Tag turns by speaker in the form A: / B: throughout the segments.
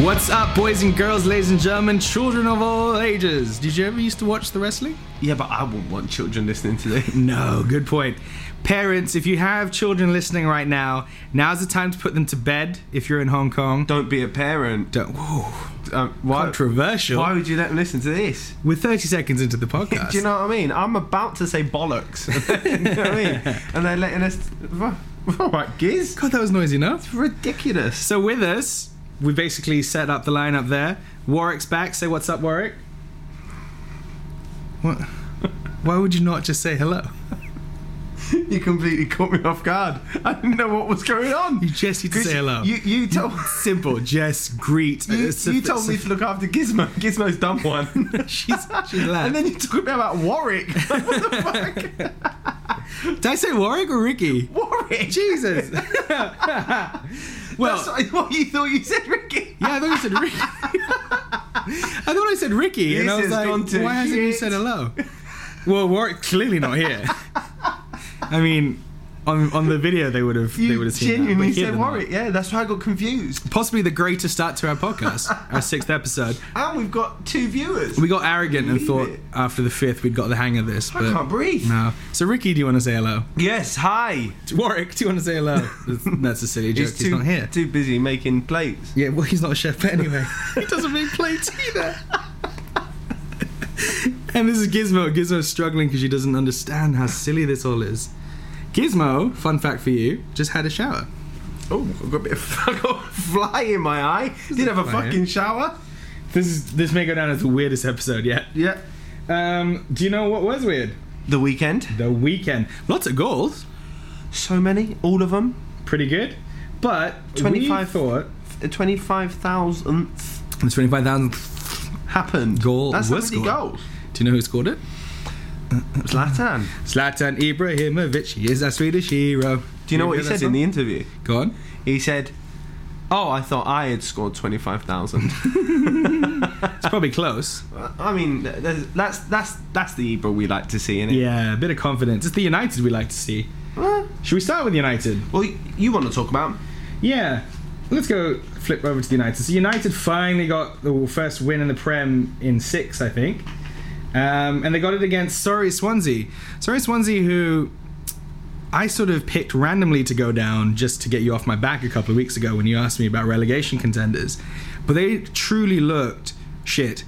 A: What's up, boys and girls, ladies and gentlemen, children of all ages? Did you ever used to watch the wrestling?
B: Yeah, but I wouldn't want children listening to this.
A: No, good point. Parents, if you have children listening right now, now's the time to put them to bed if you're in Hong Kong.
B: Don't be a parent.
A: Don't, whoa,
B: Um, why,
A: controversial.
B: why would you let them listen to this?
A: We're 30 seconds into the podcast.
B: Do you know what I mean? I'm about to say bollocks. you know what I mean? And they're letting us. All right, Giz.
A: God, that was noisy enough.
B: Ridiculous.
A: So with us, we basically set up the lineup there. Warwick's back. Say what's up, Warwick. What? Why would you not just say hello?
B: You completely caught me off guard. I didn't know what was going on.
A: You just need to
B: Giz,
A: say hello.
B: You, you, told,
A: Simple, just greet.
B: you,
A: It's a-
B: you told me
A: it's
B: to look after Gizmo. Gizmo's done one.
A: a- she's she's left.
B: and then you talking about Warwick. what the fuck?
A: Did I say Warwick or Ricky?
B: Warwick.
A: Jesus. well,
B: That's what- what you thought you said, Ricky.
A: yeah, I thought you said Ricky. I thought I said Ricky, and I
B: This
A: was
B: has
A: like,
B: gone to
A: why hasn't you
B: shit."
A: said hello? Well, Warwick's clearly not here. I mean, on on the video they would have they would
B: You
A: have seen that,
B: genuinely
A: but here
B: said
A: they're not.
B: Warwick. Yeah, that's why I got confused.
A: Possibly the greatest start to our podcast, our sixth episode.
B: And we've got two viewers.
A: We got arrogant and
B: Believe
A: thought
B: it.
A: after the fifth we'd got the hang of this,
B: I
A: but
B: can't breathe.
A: no. So Ricky, do you want to say hello?
B: Yes, hi.
A: Warwick, do you want to say hello? That's- That's a silly joke.
B: He's
A: He's,
B: too,
A: not here.
B: too busy making plates.
A: Yeah, well, he's not a chef, but anyway, he doesn't make plates either. and this is Gizmo. Gizmo's struggling because she doesn't understand how silly this all is. Gizmo, fun fact for you, just had a shower.
B: Oh, I've got a bit of I've got a fly in my eye. Did have a
A: fly,
B: fucking shower.
A: This is this may go down as the weirdest episode yet.
B: Yeah.
A: Um, do you know what was weird?
B: The weekend.
A: The weekend. Lots of goals,
B: So many. All of them.
A: pretty good, but
B: 25.
A: we thought
B: The 25,000th
A: the twenty-five thousand.
B: happened.
A: Goal
B: That's
A: was
B: how many
A: scored.
B: goals.
A: Do you know who scored it?
B: Zlatan.
A: Zlatan Ibrahimovic. He is our Swedish hero.
B: Do you know what he
A: hear that
B: said in
A: song?
B: the interview?
A: Go on.
B: He said, Oh, I thought I had scored 25,000.
A: It's probably close.
B: I mean, th- there's- that's that's that's the Ebro we like to see, innit?
A: Yeah, a bit of confidence. It's the United we like to see.
B: Huh?
A: Should we start with United?
B: Well, y- you want to talk about?
A: Yeah. Let's go flip over to the United. So United finally got the first win in the Prem in six, I think. Um, and they got it against Surrey Swansea. Surrey Swansea, who I sort of picked randomly to go down just to get you off my back a couple of weeks ago when you asked me about relegation contenders. But they truly looked shit.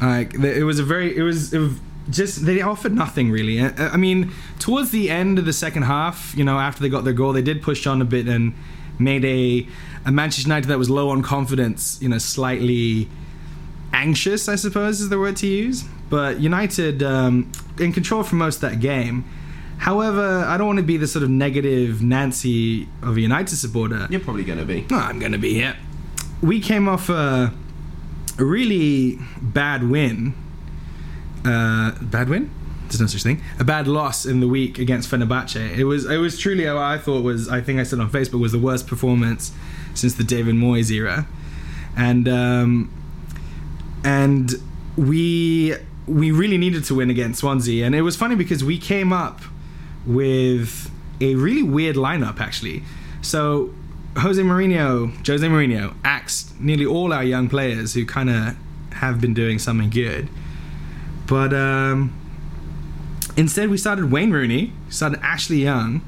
A: Like th- it was a very it was, it was just they offered nothing really. I, I mean, towards the end of the second half, you know, after they got their goal, they did push on a bit and made a a Manchester United that was low on confidence, you know, slightly anxious, I suppose is the word to use. But United um, in control for most of that game. However, I don't want to be the sort of negative Nancy of a United supporter.
B: You're probably going to be.
A: No, I'm going to be here. We came off a, a really bad win. Uh, bad win? There's no such thing. A bad loss in the week against Fenerbahce. It was it was truly what I thought was I think I said on Facebook was the worst performance since the David Moyes era, and um, and we we really needed to win against Swansea. And it was funny because we came up with a really weird lineup actually. So Jose Mourinho, Jose Mourinho axed nearly all our young players who kind of have been doing something good. But um, instead, we started Wayne Rooney, started Ashley Young,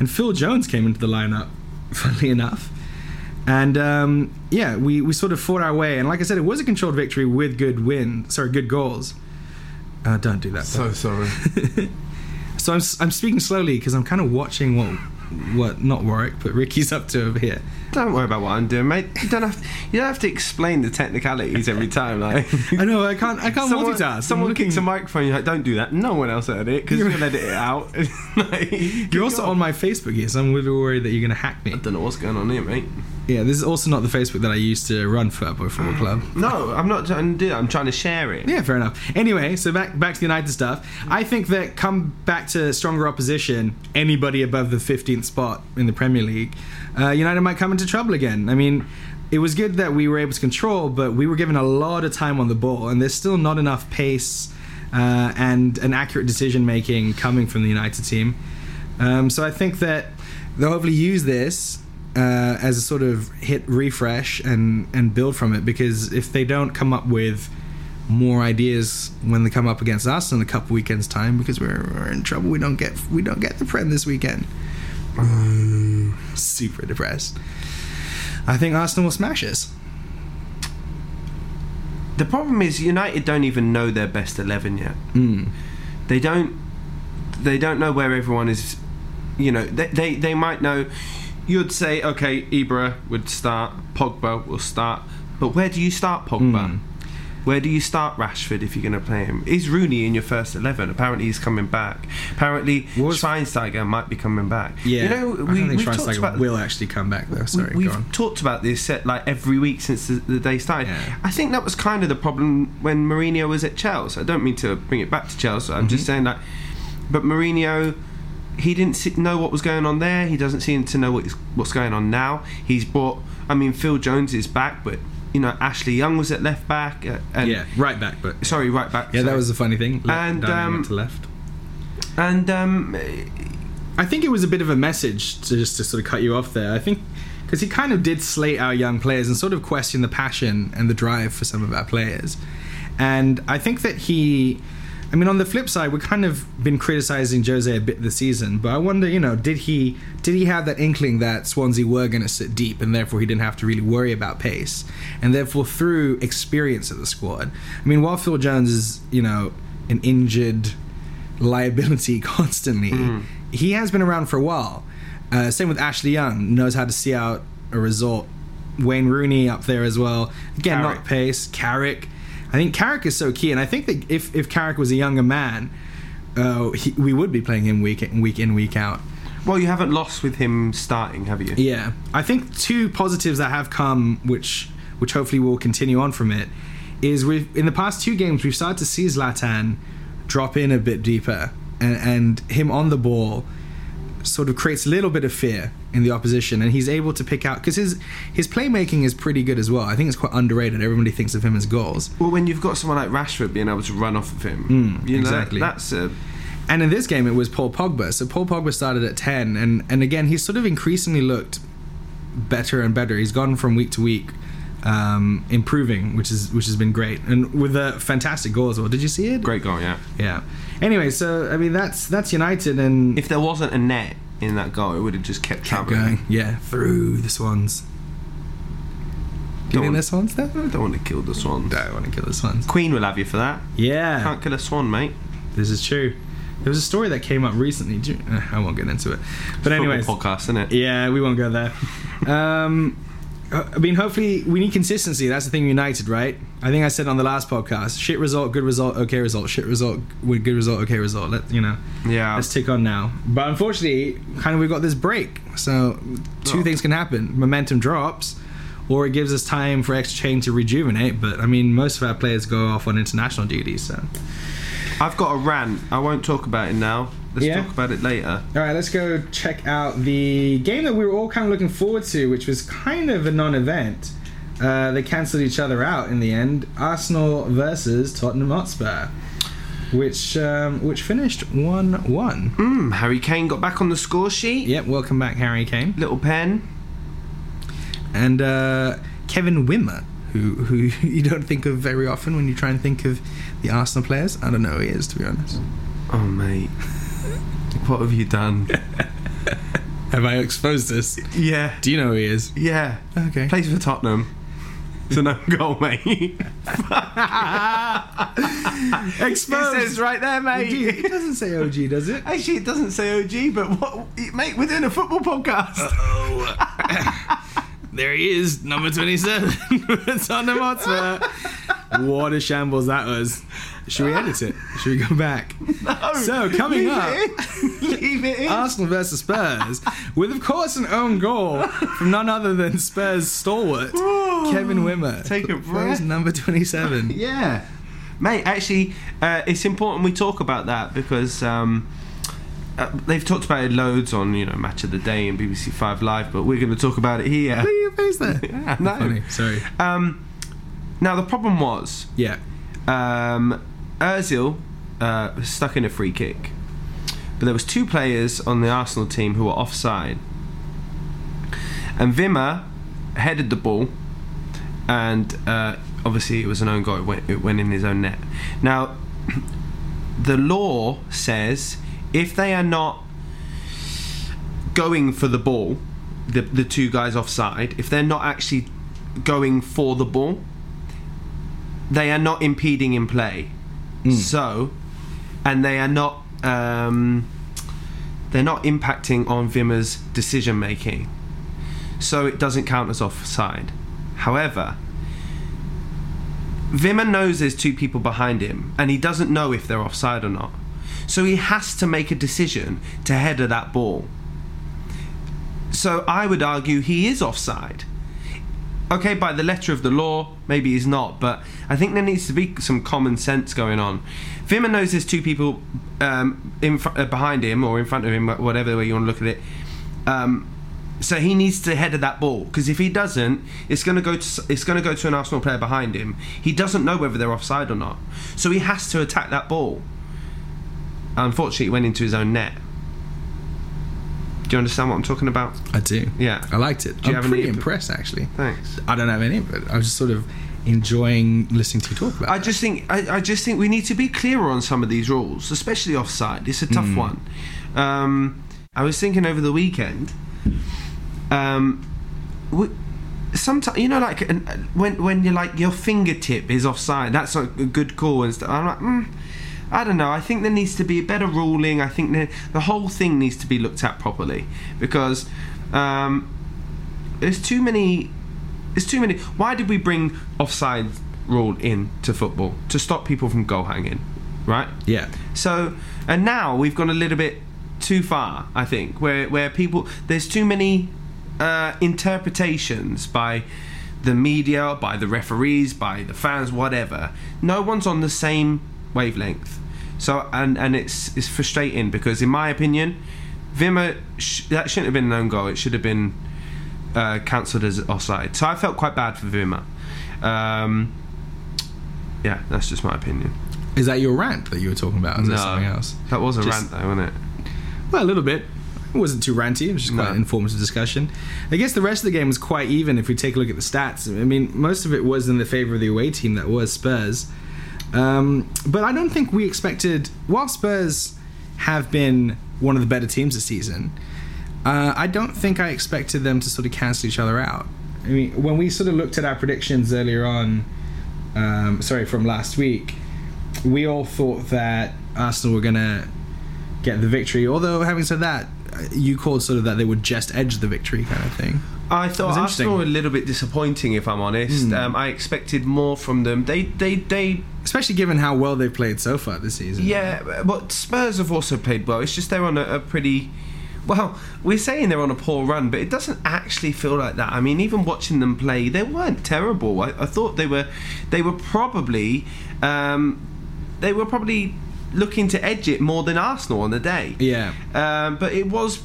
A: and Phil Jones came into the lineup. Funnily enough. And um, yeah, we, we sort of fought our way, and like I said, it was a controlled victory with good win, sorry, good goals. Uh, don't do that.
B: So sorry.
A: So I'm, I'm speaking slowly because I'm kind of watching what what not Warwick but Ricky's up to over here.
B: don't worry about what I'm doing, mate. You don't have you don't have to explain the technicalities every time. Like
A: I know I can't I can't
B: someone,
A: multitask. I'm
B: someone
A: looking-
B: kicks a microphone, you're like, don't do that. No one else heard it because you're gonna edit it out. Like,
A: You're also on my Facebook here, so I'm a little bit worried that you're going to hack me.
B: I don't know what's going on here, mate.
A: Yeah, this is also not the Facebook that I used to run for Boy Football
B: Ah.
A: Club.
B: No, I'm not trying to do that. I'm trying to share it.
A: Yeah, fair enough. Anyway, so back back to the United stuff. I think that come back to stronger opposition, anybody above the 15th spot in the Premier League, uh, United might come into trouble again. I mean, it was good that we were able to control, but we were given a lot of time on the ball, and there's still not enough pace uh, and an accurate decision making coming from the United team. Um, so I think that they'll hopefully use this uh, as a sort of hit refresh and and build from it because if they don't come up with more ideas when they come up against us in a couple weekends time because we're, we're in trouble we don't get we don't get the prem this weekend super depressed i think arsenal will smash us
B: The problem is United don't even know their best eleven yet.
A: mm.
B: They don't. They don't know where everyone is. You know, they they, they might know. You'd say, okay, Ibra would start, Pogba will start, but where do you start Pogba?
A: Mm.
B: Where do you start Rashford if you're going to play him? Is Rooney in your first eleven? Apparently he's coming back. Apparently
A: What was-
B: Schweinsteiger might be coming back.
A: yeah
B: you know,
A: i
B: we,
A: don't think
B: we've talked
A: Schweinsteiger
B: about
A: will actually come back though sorry
B: we,
A: go on
B: have talked about this set like every week since the, the day started.
A: Yeah.
B: I think that was kind of the problem when Mourinho was at Chelsea. I don't mean to bring it back to Chelsea. I'm
A: Mm-hmm.
B: just saying that. But Mourinho, he didn't se- know what was going on there. He doesn't seem to know what is, what's going on now. He's bought. I mean, Phil Jones is back, but you know Ashley Young was at left back. Uh, and,
A: yeah right back but
B: Sorry, right back.
A: yeah that
B: sorry.
A: was the funny thing Le-
B: And,
A: Darling
B: um,
A: went to left
B: And um,
A: I think it was a bit of a message to just to sort of cut you off there. I think because he kind of did slate our young players and sort of question the passion and the drive for some of our players. And I think that he, I mean, on the flip side, we've kind of been criticizing Jose a bit this season, but I wonder, you know, did he did he have that inkling that Swansea were going to sit deep and therefore he didn't have to really worry about pace and therefore through experience of the squad. I mean, while Phil Jones is, you know, an injured liability constantly. He has been around for a while. Uh, same with Ashley Young, knows how to see out a result. Wayne Rooney up there as well. Again,
B: Carrick.
A: not pace. Carrick. I think Carrick is so key, and I think that if, if Carrick was a younger man, uh, he, we would be playing him week in, week in, week out.
B: well, you haven't lost with him starting, have you?
A: Yeah, I think two positives that have come, which which hopefully will continue on from it, is we've in the past two games we've started to see Zlatan drop in a bit deeper, and, and him on the ball sort of creates a little bit of fear in the opposition, and he's able to pick out because his his playmaking is pretty good as well. I think it's quite underrated. Everybody thinks of him as goals,
B: Well, when you've got someone like Rashford being able to run off of him,
A: Mm,
B: you know,
A: exactly.
B: that's a
A: And in this game, it was Paul Pogba. So Paul Pogba started at 10, and, and again, he's sort of increasingly looked better and better. He's gone from week to week, um, improving, which is which has been great, and with a fantastic goal as well. Did you see it?
B: great goal. Yeah.
A: Yeah. Anyway, so I mean, that's that's United, and
B: If there wasn't a net in that goal, it would have just kept,
A: kept
B: traveling.
A: going. Yeah, through the Swans. Do you
B: Don't
A: think
B: want-
A: the Swans though?
B: I don't want to kill the swan.
A: No, I want to kill the Swans.
B: Queen will have you for that.
A: Yeah.
B: Can't kill a swan, mate.
A: This is true. There was a story that came up recently. Do you- uh, I won't get into it. But anyway,
B: Football podcast, isn't it?
A: Yeah, we won't go there. um, uh, I mean, hopefully, we need consistency. That's the thing, United, right? I think I said on the last podcast: shit result, good result, okay result, shit result, with good result, okay result. Let you know.
B: Yeah.
A: Let's tick on now. But unfortunately, kind of we've got this break. So two
B: Oh.
A: things can happen. Momentum drops or it gives us time for extra chain to rejuvenate, but I mean most of our players go off on international duties, so
B: I've got a rant. I won't talk about it now. Let's
A: Yeah.
B: talk about it later.
A: All right, let's go check out the game that we were all kind of looking forward to, which was kind of a non-event. Uh, they cancelled each other out in the end. Arsenal versus Tottenham Hotspur, which um, which finished one-one.
B: Hmm, Harry Kane got back on the score sheet.
A: Yep, welcome back, Harry Kane
B: Little pen.
A: and uh, Kevin Wimmer, who who you don't think of very often when you try and think of the Arsenal players. I don't know who he is to be honest.
B: Oh, mate. what have you done?
A: Have I exposed this?
B: yeah.
A: Do you know who he is?
B: Yeah.
A: Okay.
B: Plays for Tottenham. It's an own goal, mate.
A: Exposed.
B: It says right there,
A: OG.
B: mate.
A: It doesn't say OG, does it?
B: Actually, it doesn't say OG, but what, mate, we're doing a football podcast.
A: There he is, number 27. it's on the monster. What a shambles that was. Should we edit it? Should we go back?
B: No,
A: So, coming
B: leave
A: up- Oh.
B: it in. leave it in.
A: Arsenal versus Spurs, with of course an own goal from none other than Spurs stalwart
B: Whoa.
A: Kevin Wimmer.
B: Take a
A: Plays
B: breath.
A: number 27.
B: Yeah, mate. Actually, uh, it's important we talk about that because um, uh, they've talked about it loads on you know Match of the Day and BBC Five Live, but we're going to talk about it here.
A: Look at your face there.
B: Yeah, I know.
A: Funny. Sorry.
B: Um, now the problem was
A: Yeah.
B: um, Özil uh, was stuck in a free kick, but there was two players on the Arsenal team who were offside, And Vimmer headed the ball, and uh, obviously it was an own goal. It went, it went in his own net. Now, the law says if they are not going for the ball, the, the two guys offside, if they're not actually going for the ball, they are not impeding in play. So, and they are not um, they're not impacting on Vimmer's decision making. So it doesn't count as offside. However, Vimmer knows there's two people behind him, and he doesn't know if they're offside or not. So he has to make a decision to header that ball. So I would argue he is offside. Okay, by the letter of the law, maybe he's not, but I think there needs to be some common sense going on. Vimmer knows there's two people um, in fr- uh, behind him or in front of him, wh- whatever way you want to look at it. Um, so he needs to header that ball because if he doesn't, it's going to go to s- it's going to go to an Arsenal player behind him. He doesn't know whether they're offside or not, so he has to attack that ball. Unfortunately, it went into his own net. Do you understand what I'm talking about?
A: I do.
B: Yeah.
A: I liked it.
B: Do you
A: I'm
B: have any
A: pretty
B: input?
A: impressed, actually.
B: Thanks.
A: I don't have any, but I was just sort of enjoying listening to you talk about.
B: I
A: it.
B: just think I, I just think we need to be clearer on some of these rules, especially offside. It's a tough one. Um, I was thinking over the weekend. Um, we, sometimes you know, like an- when when you're like your fingertip is offside, that's a good call and stuff. I'm like, mm, I don't know. I think there needs to be better ruling. I think the the whole thing needs to be looked at properly because um, there's too many it's too many. Why did we bring offside rule in to football to stop people from goal hanging, right?
A: yeah.
B: So, and now we've gone a little bit too far, I think, where where people there's too many uh, interpretations by the media, by the referees, by the fans, whatever. No one's on the same wavelength. So, and and it's it's frustrating because, in my opinion, Vimmer sh- that shouldn't have been an own goal. It should have been uh, cancelled as offside. So I felt quite bad for Vimmer. Um, yeah, that's just my opinion.
A: Is that your rant that you were talking about? or Is that
B: No.
A: something else?
B: That was a
A: Just-
B: rant, though, wasn't it?
A: Well, a little bit. It wasn't too ranty. It was just quite
B: No.
A: an informative discussion. I guess the rest of the game was quite even if we take a look at the stats. I mean, most of it was in the favor of the away team that was Spurs. Um, but I don't think we expected. While Spurs have been one of the better teams this season, uh, I don't think I expected them to sort of cancel each other out. I mean, when we sort of looked at our predictions earlier on, um, sorry, from last week, we all thought that Arsenal were going to get the victory. Although, having said that, uh, you called sort of that they would just edge the victory kind of thing.
B: I
A: was
B: thought
A: interesting. Hmm.
B: Arsenal were a little bit disappointing, if I'm honest. Um, I expected more from them. They, they, they,
A: Especially given how well they've played so far this season.
B: yeah. But Spurs have also played well. It's just they're on a, a pretty, well, we're saying they're on a poor run, but it doesn't actually feel like that. I mean, even watching them play, they weren't terrible. I, I thought they were, they were probably, um, they were probably looking to edge it more than Arsenal on the day.
A: Yeah.
B: Um, but it was.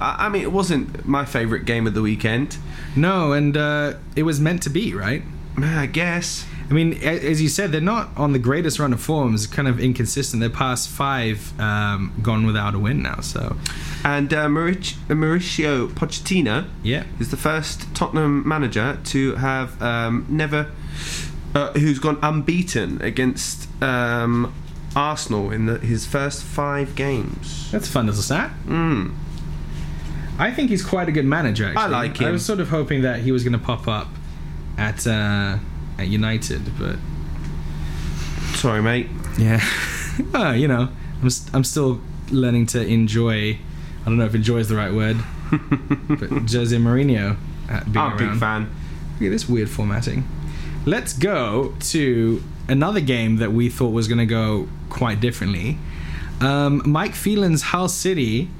B: I I mean, it wasn't my favourite game of the weekend.
A: No, and uh, it was meant to be, right?
B: I guess.
A: I mean, a- as you said, they're not on the greatest run of forms, kind of inconsistent. They're past five, um, gone without a win now. So,
B: And uh, Mauric- Mauricio Pochettino
A: yeah.
B: is the first Tottenham manager to have um, never. Uh, who's gone unbeaten against um, Arsenal in the, his first five games.
A: That's a fun little stat. I think he's quite a good manager. Actually,
B: Hmm. I like
A: I
B: him.
A: was sort of hoping that he was going to pop up at uh, at United, but
B: Sorry, mate.
A: yeah, uh, you know, I'm st- I'm still learning to enjoy. I don't know if "enjoy" is the right word, but Jose Mourinho uh, being
B: I'm a
A: around.
B: big fan.
A: Look at this weird formatting. Let's go to another game that we thought was going to go quite differently. Um, Mike Phelan's Hull City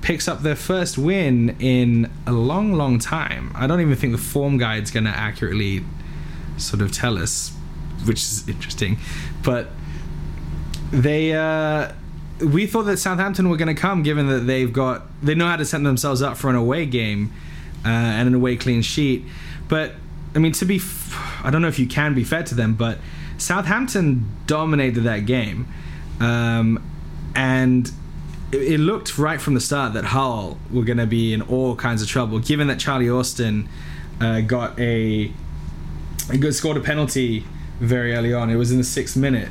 A: picks up their first win in a long, long time. I don't even think the form guide's going to accurately sort of tell us, which is interesting. But they, uh, we thought that Southampton were going to come, given that they've got they know how to set themselves up for an away game uh, and an away clean sheet. But I mean, to be, f- I don't know if you can be fair to them, but Southampton dominated that game, um, and it, it looked right from the start that Hull were going to be in all kinds of trouble, given that Charlie Austin uh, got a, a good scored a penalty very early on. It was in the sixth minute,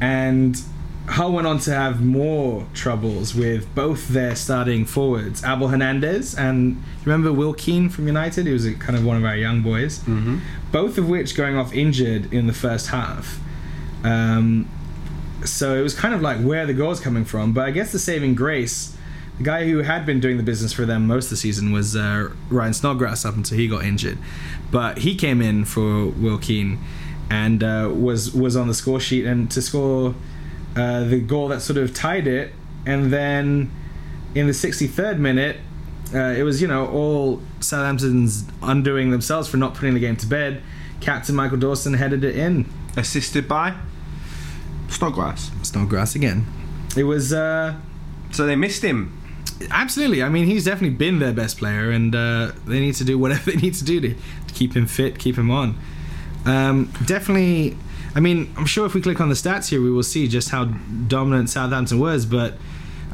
A: and Hull went on to have more troubles with both their starting forwards, Abel Hernandez and remember Will Keane from United, who was a, kind of one of our young boys, mm-hmm. both of which going off injured in the first half. Um, so it was kind of like where the goal's coming from. But I guess the saving grace, the guy who had been doing the business for them most of the season was uh, Ryan Snodgrass up until he got injured. But he came in for Will Keane and uh, was was on the score sheet and to score uh, the goal that sort of tied it. And then in the 63rd minute, uh, it was you know all Southampton's undoing themselves for not putting the game to bed. Captain Michael Dawson headed it in,
B: assisted by Snodgrass.
A: Snodgrass again. It was uh,
B: So they missed him.
A: absolutely. I mean, he's definitely been their best player, and uh, they need to do whatever they need to do to, to keep him fit, keep him on. Um, definitely. I mean, I'm sure if we click on the stats here, we will see just how dominant Southampton was. But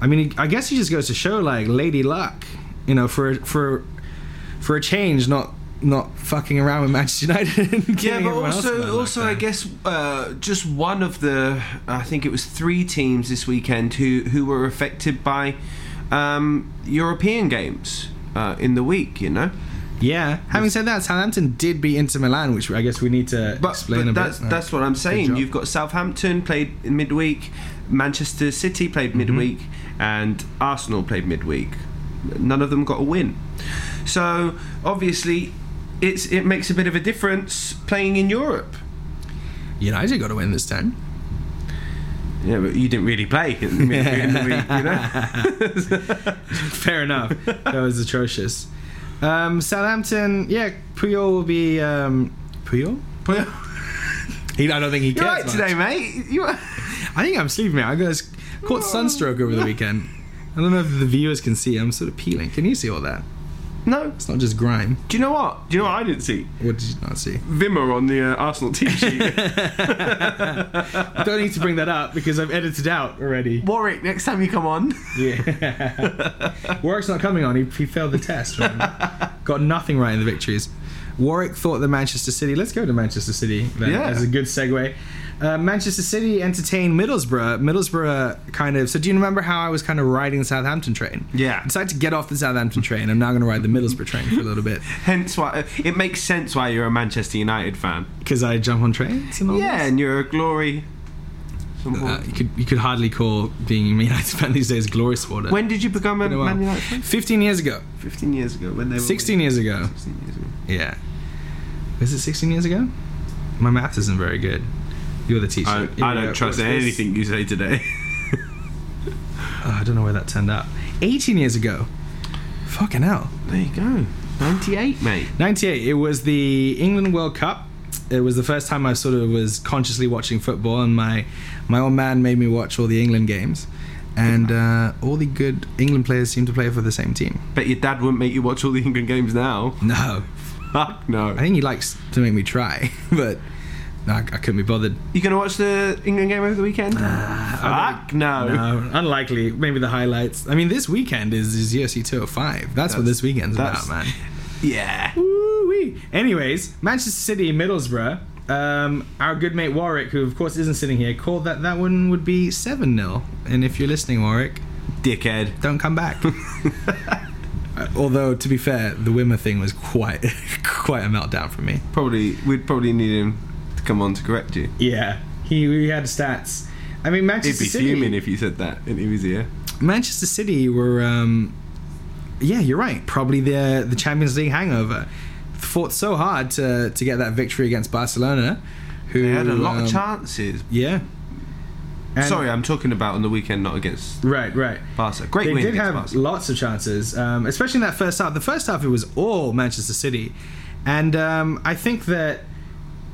A: I mean, I guess it just goes to show, like Lady Luck, you know, for for for a change, not not fucking around with Manchester United. and
B: Yeah,
A: giving
B: but
A: everyone else a bad
B: also,
A: luck
B: also I
A: there.
B: guess uh, just one of the, I think it was three teams this weekend who who were affected by um, European games uh, in the week. You know,
A: Yeah. Having said that, Southampton did beat Inter Milan, which I guess we need to
B: but,
A: explain
B: but
A: a
B: that's
A: bit. Uh,
B: that's what I'm saying.
A: job.
B: You've got Southampton played in midweek, Manchester City
A: Mm-hmm.
B: played midweek, and Arsenal played midweek. None of them got a win, so obviously, it's it makes a bit of a difference playing in Europe.
A: United got to win this time.
B: Yeah, but you didn't really play in the, in the week, you know.
A: Fair enough. that was atrocious. Um, Southampton, yeah, Puyol will be um, Puyol. He, I don't think he
B: You're
A: cares.
B: right
A: much.
B: today, mate. You are.
A: I think I'm sleeping. Mate. I got
B: Oh.
A: caught sunstroke over the weekend. I don't know if the viewers can see. I'm sort of peeling. Can you see all that?
B: No.
A: It's not just grime.
B: Do you know what? Do you know what I didn't see?
A: What did you not see?
B: Vimmer on the uh, Arsenal team sheet.
A: don't need to bring that up because I've edited out already.
B: Warwick, next time you come on.
A: Yeah. Warwick's not coming on. He, he failed the test. remember? Got nothing right in the victories. Warwick thought that Manchester City. Let's go to Manchester City. Then,
B: Yeah.
A: As a good segue. Uh, Manchester City entertained Middlesbrough. Middlesbrough kind of. So, do you remember how I was kind of riding the Southampton train?
B: Yeah.
A: I decided to get off the Southampton train. I'm now going to ride the Middlesbrough train for a little bit
B: Hence why uh, it makes sense why you're a Manchester United fan.
A: because I jump on trains and all
B: Yeah,
A: this.
B: and you're a glory.
A: Uh, you, could, you could hardly call being a Man United fan these days glory supporter.
B: when did you become a
A: Been a while.
B: Man United fan?
A: 15 years ago.
B: 15 years ago. When they were
A: 16 years ago.
B: 16 years ago.
A: Yeah. Is it 16 years ago? My math isn't very good. You're the teacher.
B: I,
A: Here
B: I
A: we go.
B: don't
A: What's
B: trust
A: this?
B: anything you say today.
A: Oh, I don't know where that turned up. 18 years ago. Fucking hell.
B: there you go. 98, mate.
A: 98. It was the England World Cup. It was the first time I sort of was consciously watching football, and my my old man made me watch all the England games, and uh, all the good England players seem to play for the same team.
B: Bet your dad wouldn't make you watch all the England games now.
A: No,
B: Fuck no.
A: I think he likes to make me try, but no, I, I couldn't be bothered.
B: You gonna watch the England game over the weekend? Fuck no.
A: No, unlikely. Maybe the highlights. I mean, this weekend is, is UFC 205. That's, what this weekend's
B: that's-
A: about, man.
B: Yeah.
A: Woo-wee. Anyways, Manchester City, Middlesbrough. Um, our good mate Warwick, who of course isn't sitting here, called that that one would be 7 0. And if you're listening, Warwick,
B: Dickhead.
A: don't come back. Uh, Although, to be fair, the Wimmer thing was quite quite a meltdown for me.
B: Probably we'd probably need him to come on to correct you.
A: Yeah, he, he had stats. I mean,
B: He'd
A: Manchester
B: be
A: City.
B: fuming if you said that and he was here.
A: Manchester City were, um, yeah, you're right. Probably the the Champions League hangover. Fought so hard to to get that victory against Barcelona, who
B: They had a lot
A: um,
B: of chances.
A: Yeah. And-
B: Sorry, I'm talking about on the weekend, not against
A: Right, right.
B: Barca. Great
A: They
B: win
A: did
B: against
A: have
B: Barca.
A: lots of chances, um, especially in that first half. The first half it was all Manchester City, and um, I think that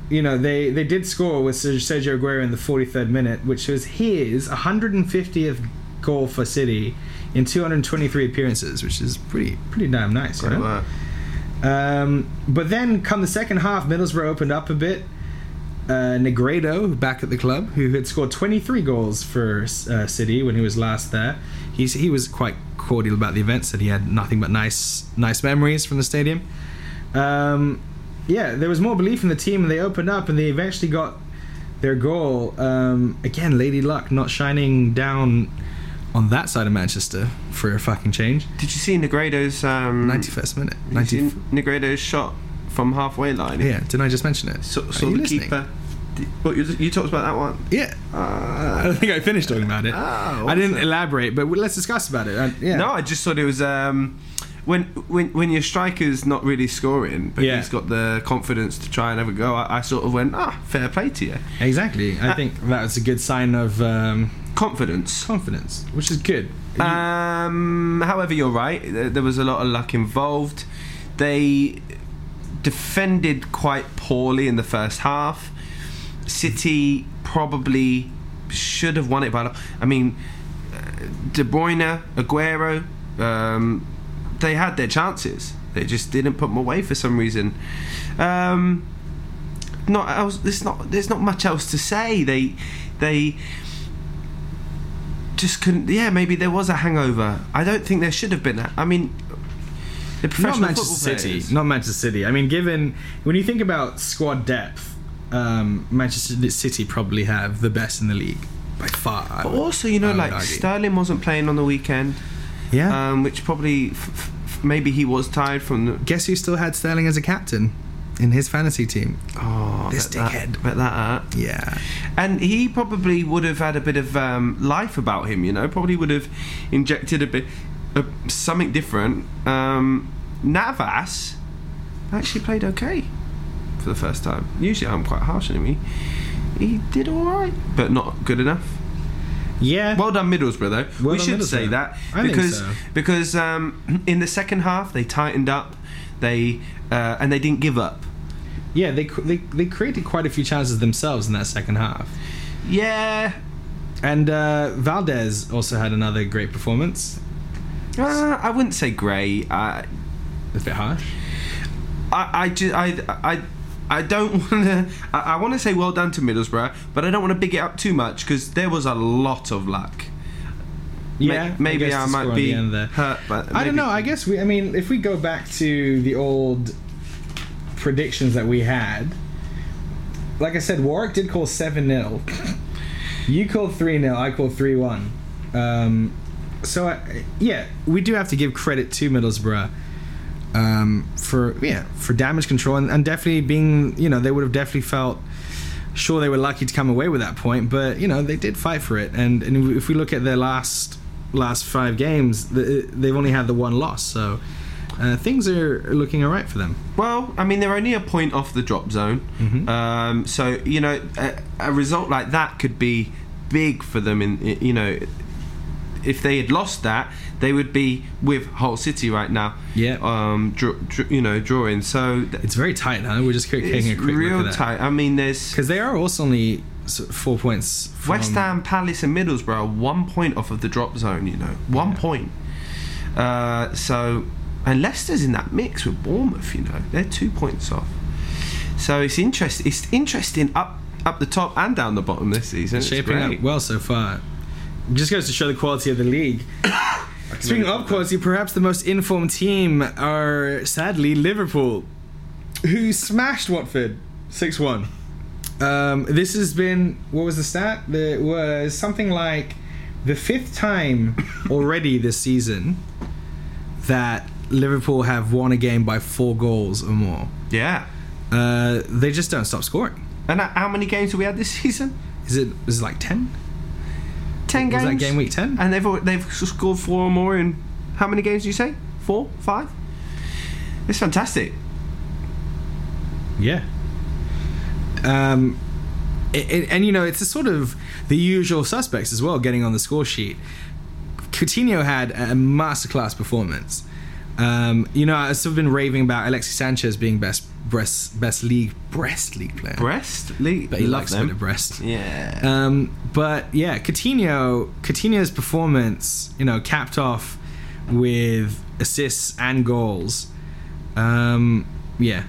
A: you know they they did score with Ser- Sergio Aguero in the 43rd minute, which was his 150th goal for City in 223 appearances, which is pretty pretty damn nice. You
B: Great
A: know?
B: work.
A: Um, but then, come the second half, Middlesbrough opened up a bit. uh, Negredo back at the club, who had scored 23 goals for uh, City when he was last there. He's, he was quite cordial about the event, said he had nothing but nice nice memories from the stadium. Um, yeah, there was more belief in the team, and they opened up, and they eventually got their goal. Um, again, Lady Luck not shining down on that side of Manchester for a fucking change.
B: Did you see Negredo's um,
A: 91st minute.
B: did you
A: 90,
B: see Negredo's shot from halfway line?
A: yeah, didn't I just mention it?
B: Saw,
A: Are
B: saw
A: you
B: the
A: listening?
B: keeper. Did- What you, you talked about that one?
A: Yeah. I
B: Uh,
A: don't think I finished talking about it.
B: Ah,
A: I didn't elaborate, but let's discuss about it. Uh, yeah.
B: No, I just thought it was um, when when when your striker's not really scoring, but
A: Yeah.
B: he's got the confidence to try and have a go. I, I sort of went, ah, fair play to you.
A: Exactly. I
B: Uh,
A: think that was a good sign of um,
B: Confidence.
A: confidence, which is good.
B: Um, however, you're right. There there was a lot of luck involved. They defended quite poorly in the first half. City probably should have won it by. I mean, uh, De Bruyne, Aguero, um, they had their chances. They just didn't put them away for some reason. Um, not else. There's not. There's not much else to say. They. They just couldn't. Yeah, maybe there was a hangover. I don't think there should have been. a- I mean, the
A: not
B: professional
A: Manchester
B: football
A: City.
B: players-
A: Not Manchester City. I mean, given when you think about squad depth, um, Manchester City probably have the best in the league by far. I
B: But
A: would-
B: also, you know,
A: I would
B: like
A: argue.
B: Sterling wasn't playing on the weekend,
A: yeah.
B: um, which probably f- f- f- maybe he was tired from the.
A: Guess who still had Sterling as a captain in his fantasy team?
B: Oh,
A: This
B: bet that-
A: dickhead.
B: bet that hurt.
A: Yeah.
B: And he probably would have had a bit of um, life about him, you know. Probably would have injected a bit, uh, something different. Um, Navas actually played okay for the first time. Usually, I'm quite harsh on him. He, he did all right, but not good enough.
A: Yeah.
B: Well done, Middlesbrough. Though
A: Well
B: we
A: done,
B: should say
A: Middlesbrough.
B: that
A: I think
B: because
A: so.
B: because um, in the second half they tightened up, they uh, and they didn't give up.
A: yeah, they, cr- they they created quite a few chances themselves in that second half.
B: Yeah,
A: And uh, Valdez also had another great performance.
B: uh, I wouldn't say great. I
A: It's a bit harsh.
B: I I ju- I, I I don't want to. I, I want to say well done to Middlesbrough, but I don't want to big it up too much because there was a lot of luck. Ma-
A: Yeah,
B: maybe
A: guess
B: I,
A: the score
B: might
A: on the
B: be
A: end there.
B: hurt, but
A: I don't
B: maybe-
A: know. I guess we. I mean, if we go back to the old predictions that we had, like I said, Warwick did call seven 0 You called three 0 I called three one. Um, so I, yeah, we do have to give credit to Middlesbrough um, for yeah for damage control and, and definitely being you know they would have definitely felt sure they were lucky to come away with that point but you know they did fight for it and and if we look at their last last five games the, they've only had the one loss so uh, things are looking all right for them
B: Well, I mean, they're only a point off the drop zone.
A: Mm-hmm.
B: Um, so, you know, a, a result like that could be big for them. In i- You know, if they had lost that, they would be with Hull City right now.
A: Yeah.
B: Um, draw, dr you know, drawing. So, th-
A: it's very tight huh we're just taking
B: it's
A: a quick
B: real
A: look at that
B: tight. I mean, there's
A: because they are also only s- four points from,
B: West Ham, Palace, and Middlesbrough are one point off of the drop zone, you know. One point. Uh, so, and Leicester's in that mix with Bournemouth, you know. They're two points off. So it's interest. It's interesting up up the top and down the bottom this season. It's
A: shaping
B: great.
A: up well so far. Just goes to show the quality of the league. Speaking of quality, perhaps the most informed team are sadly Liverpool, who smashed Watford six one. Um, this has been what was the stat? There was something like the fifth time already this season that Liverpool have won a game by four goals or more.
B: Yeah.
A: Uh, they just don't stop scoring.
B: And h- how many games have we had this season?
A: Is it is it like ten?
B: Ten
A: Was
B: games.
A: that game week ten?
B: And they've al- they've scored four or more in how many games? Do you say four, five? It's fantastic.
A: Yeah. Um, it, it- and you know, it's a sort of the usual suspects as well getting on the score sheet. Coutinho had a masterclass performance. Um, you know, I've sort of been raving about Alexis Sanchez being best breast best league breast league player.
B: Breast, league.
A: but he loves a bit of breast.
B: Yeah.
A: Um, but yeah, Coutinho, Coutinho's performance, you know, capped off with assists and goals. Um, yeah,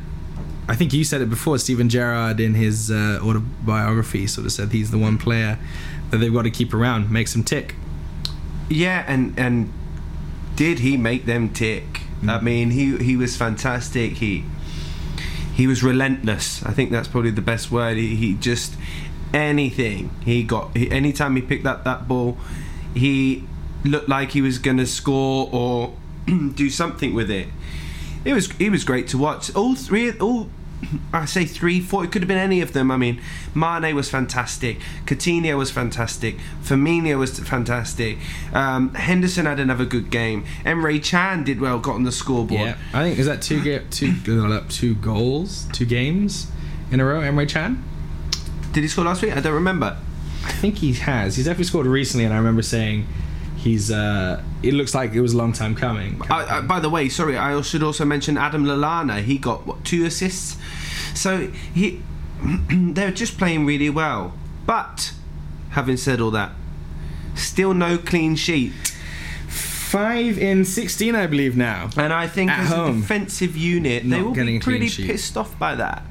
A: I think you said it before. Stephen Gerrard, in his uh, autobiography, sort of said he's the one player that they've got to keep around, makes them tick.
B: Yeah, and and did he make them tick? I mean, he he was fantastic. He he was relentless. I think that's probably the best word. He, he just anything he got. He, anytime he picked up that ball, he looked like he was going to score or do something with it. It was it was great to watch. All three, all I say three, four. It could have been any of them. I mean, Mane was fantastic. Coutinho was fantastic. Firmino was fantastic. Um, Henderson had another good game. Emre Chan did well, got on the scoreboard.
A: Yeah, I think is that two ga- two uh, two goals, two games in a row. Emre Chan.
B: Did he score last week? I don't remember.
A: I think he has. He's definitely scored recently, and I remember saying he's. uh It looks like it was a long time coming.
B: I, I, by the way, sorry, I should also mention Adam Lallana. He got what, two assists, so he they're just playing really well. But having said all that, still no clean sheet,
A: Five in sixteen, I believe now.
B: and I think
A: At
B: as
A: home.
B: a defensive unit, they
A: Not
B: will
A: getting
B: be
A: a clean
B: pretty
A: sheet.
B: pissed off by that.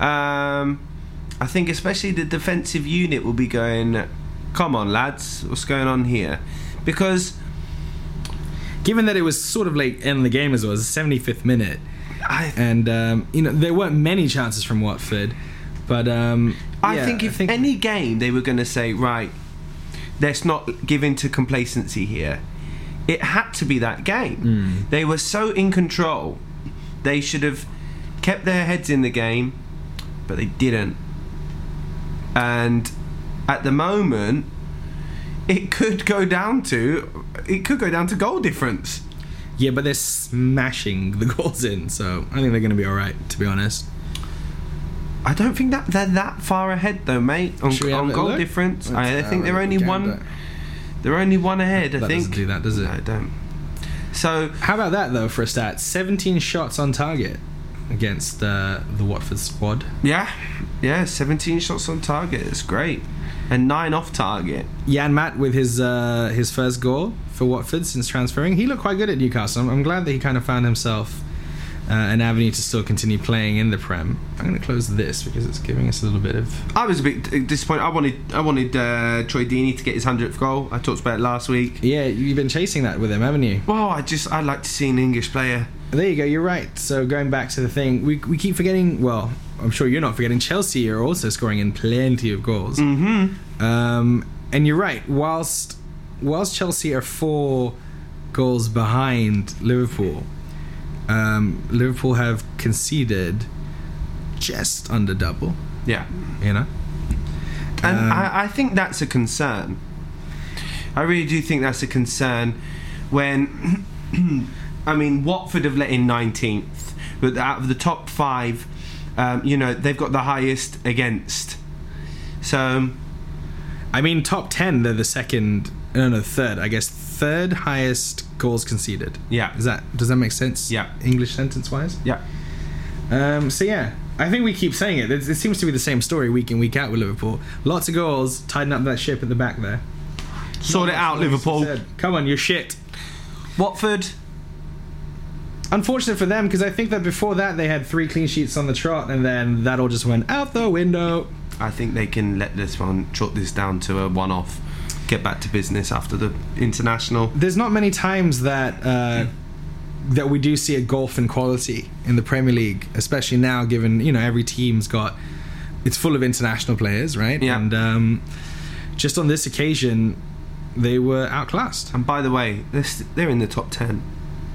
B: Um, I think especially the defensive unit will be going, "Come on, lads, what's going on here?" Because
A: Given that it was sort of late in the game as well, it was the seventy fifth minute,
B: I
A: and um, you know there weren't many chances from Watford, but um,
B: I
A: yeah,
B: think if any game they were going to say, right, let's not give in to complacency here, it had to be that game.
A: Hmm.
B: They were so in control. They should have kept their heads in the game, but they didn't. And at the moment, it could go down to it could go down to goal difference.
A: yeah, but they're smashing the goals in, so I think they're going to be all right. To be honest,
B: I don't think that they're that far ahead though, mate. On,
A: Should we have
B: on
A: a
B: goal
A: look?
B: difference, I, I
A: Let's
B: think
A: have
B: they're
A: a
B: only
A: look.
B: one. They're only one ahead. I
A: That
B: think.
A: doesn't do that, does it?
B: No, I don't. So
A: How about that though for a stat? 17 shots on target against uh, the Watford squad.
B: yeah, yeah, 17 shots on target. It's great, and nine off target.
A: Jan Matt with his uh, his first goal for Watford since transferring. He looked quite good at Newcastle. I'm, I'm glad that he kind of found himself uh, an avenue to still continue playing in the Prem. I'm going to close this because it's giving us a little bit of
B: I was a bit disappointed. I wanted I wanted uh, Troy Deeney to get his hundredth goal. I talked about it last week.
A: yeah. You've been chasing that with him, haven't you?
B: Well, I just I'd like to see an English player.
A: There you go. You're right. So going back to the thing, we we keep forgetting. Well, I'm sure you're not forgetting. Chelsea are also scoring in plenty of goals.
B: Mm-hmm.
A: Um, and you're right. Whilst whilst Chelsea are four goals behind Liverpool, um, Liverpool have conceded just under double.
B: Yeah,
A: You know,
B: and
A: Um,
B: I, I think that's a concern. I really do think that's a concern. When I mean, Watford have let in 19th, but out of the top five, um, you know they've got the highest against. So um,
A: I mean, top ten. They're the second. No, no, third. I guess third highest goals conceded.
B: yeah,
A: Is that does that make sense?
B: Yeah.
A: English sentence wise.
B: yeah.
A: Um, so yeah, I think we keep saying it. It it seems to be the same story week in week out with Liverpool. Lots of goals, tidying up that ship at the back there.
B: Sort it out, Liverpool.
A: Said, Come on, you're shit.
B: Watford.
A: Unfortunate for them because I think that before that they had three clean sheets on the trot, and then that all just went out the window.
B: I think they can let this one chalk this down to a one-off. Get back to business after the international.
A: There's not many times that uh, that we do see a gulf in quality in the Premier League, especially now, given you know every team's got it's full of international players, right?
B: Yeah.
A: And um, just on this occasion, they were outclassed.
B: And by the way, they're, st- they're in the top ten.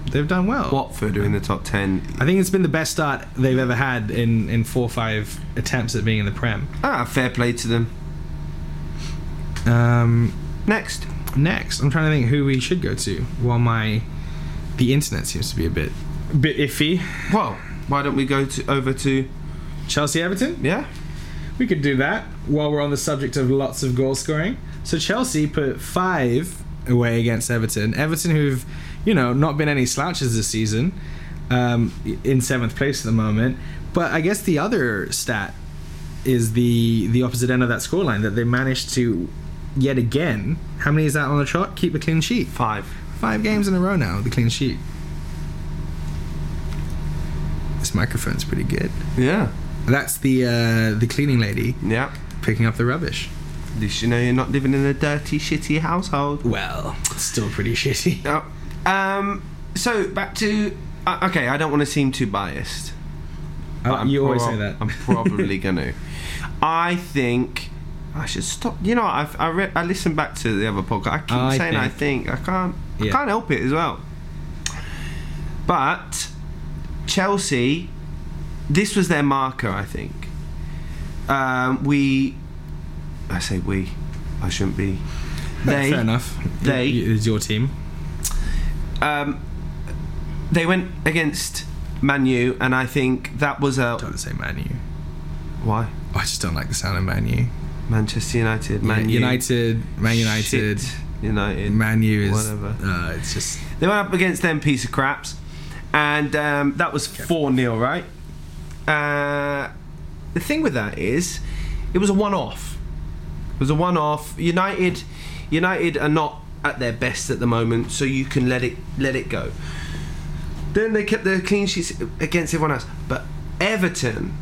A: They've done well.
B: Watford are in the top ten.
A: I think it's been the best start they've ever had in, in four or five attempts at being in the Prem.
B: Ah, fair play to them.
A: Um,
B: Next.
A: next, I'm trying to think who we should go to while my the internet seems to be a bit bit iffy.
B: Well, why don't we go to over to
A: Chelsea Everton,
B: yeah?
A: we could do that while we're on the subject of lots of goal scoring. So Chelsea put five away against Everton. Everton, who've you know not been any slouches this season, um, in seventh place at the moment. But I guess the other stat is the the opposite end of that scoreline that they managed to yet again. How many is that on the trot? Keep a clean sheet.
B: Five.
A: Five games in a row now with a clean sheet. It's microphone's pretty good.
B: Yeah.
A: That's the uh, the cleaning lady
B: Yeah.
A: picking up the rubbish.
B: At least you know you're not living in a dirty, shitty household.
A: Well, it's still pretty shitty.
B: No. Um. So back to. Uh, okay, I don't want to seem too biased. but
A: Uh,
B: I'm
A: you always
B: prob-
A: say that.
B: I'm probably gonna. I think I should stop. You know, I've, I re- I listened back to the other podcast. I keep
A: I
B: saying I think I can't.
A: Yeah.
B: I can't help it as well. But Chelsea, this was their marker. I think um, we. I say we. I shouldn't be. They
A: Fair enough.
B: they-
A: Y- it's your team.
B: um, they went against Manu, and I think that was a
A: Don't say Man U.
B: why
A: I just don't like the sound of Man U.
B: Manchester United. Man U.
A: United, Man United,
B: Shit. United.
A: Man U is.
B: Whatever.
A: Uh, it's just
B: They went up against them piece of craps, and um, that was four 0 right? Uh, the thing with that is, it was a one-off. It was a one-off. United, United are not at their best at the moment, so you can let it let it go. Then they kept their clean sheets against everyone else, but Everton,